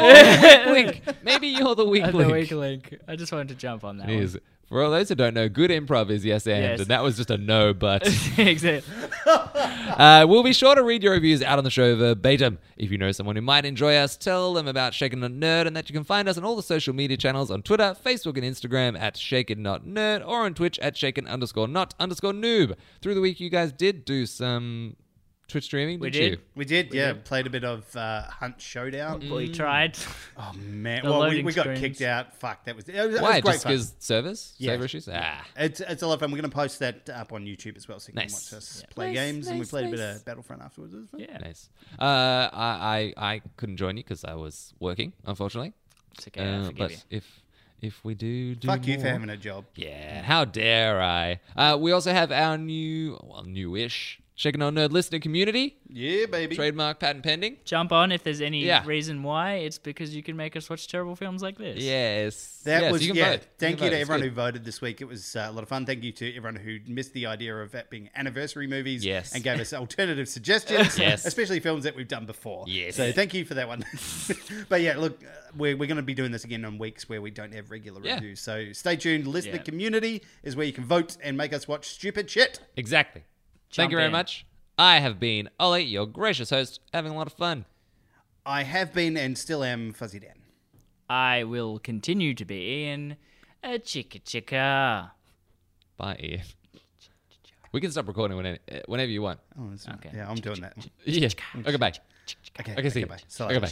A: the *laughs* weak link. Maybe you're the weak
B: At the
A: link.
B: weak link. I just wanted to jump on that.
A: It is. For all those who don't know, good improv is yes and,
B: Yes.
A: and that was just a no, *laughs* but
B: One. *laughs* exactly.
A: uh, we'll be sure to read your reviews out on the show verbatim. If you know someone who might enjoy us, tell them about Shaken Not Nerd and that you can find us on all the social media channels on Twitter, Facebook, and Instagram at Shaken Not Nerd or on Twitch at Shaken underscore not underscore noob. Through the week, you guys did do some Twitch streaming,
B: We
A: didn't
B: did.
A: you?
C: We did, yeah. Played a bit of uh, Hunt Showdown.
B: We tried.
A: *laughs*
C: Oh, man.
B: The
C: well, we,
B: loading
C: we got
B: screens.
C: kicked out. Fuck, that was, it was, it
A: Why?
C: was great
A: Just
C: fun.
A: because service?
C: Yeah.
A: Server issues? Ah.
C: It's, it's a lot of fun. We're going to post that up on YouTube as well so you can
A: Nice.
C: watch us play
E: Nice,
C: games. and we
E: nice,
C: played a bit
E: nice.
C: of Battlefront afterwards. It was fun.
B: Yeah.
A: Nice. Uh, I, I I couldn't join you because I was working, unfortunately.
B: It's okay. I
A: Uh,
B: forgive
A: but
B: you.
A: if if we do, do
C: Fuck you for
A: more-
C: having a job.
A: Yeah, how dare I? Uh, we also have our new, well, newish Shaken on Nerd listener community,
C: Yeah, baby.
A: trademark patent pending.
B: Jump on if there's any
A: Yeah.
B: reason why. It's because you can make us watch terrible films like this.
A: Yes,
C: That
A: Yes,
C: was
A: you can
C: yeah.
A: vote.
C: Thank
A: can
C: you,
A: vote.
C: to
A: It's
C: everyone
A: good.
C: who voted this week. It was uh, a lot of fun. Thank you to everyone who missed the idea of it being anniversary movies.
A: Yes. *laughs*
C: and gave us alternative suggestions.
A: Yes.
C: especially films that we've done before.
A: Yes.
C: So thank you for that one. *laughs* but yeah, look, uh, we're, we're going to be doing this again on weeks where we don't have regular
A: Yeah.
C: reviews. So stay tuned. Listener
B: Yeah.
C: community is where you can vote and make us watch stupid shit.
A: Exactly. Thank
B: Jump
A: you very
B: in.
A: much. I have been Ollie, your gracious host, having a lot of fun.
C: I have been and still am Fuzzy Dan.
B: I will continue to be in a chicka chicka.
A: Bye,
C: *laughs*
A: Ian. We can stop recording whenever, whenever you want.
C: Oh, that's not-
B: Okay.
A: *laughs*
C: Yeah, I'm doing that.
A: Yeah. Okay, bye.
C: Okay.
A: Okay, see. you.
C: bye. So
A: Okay, bye.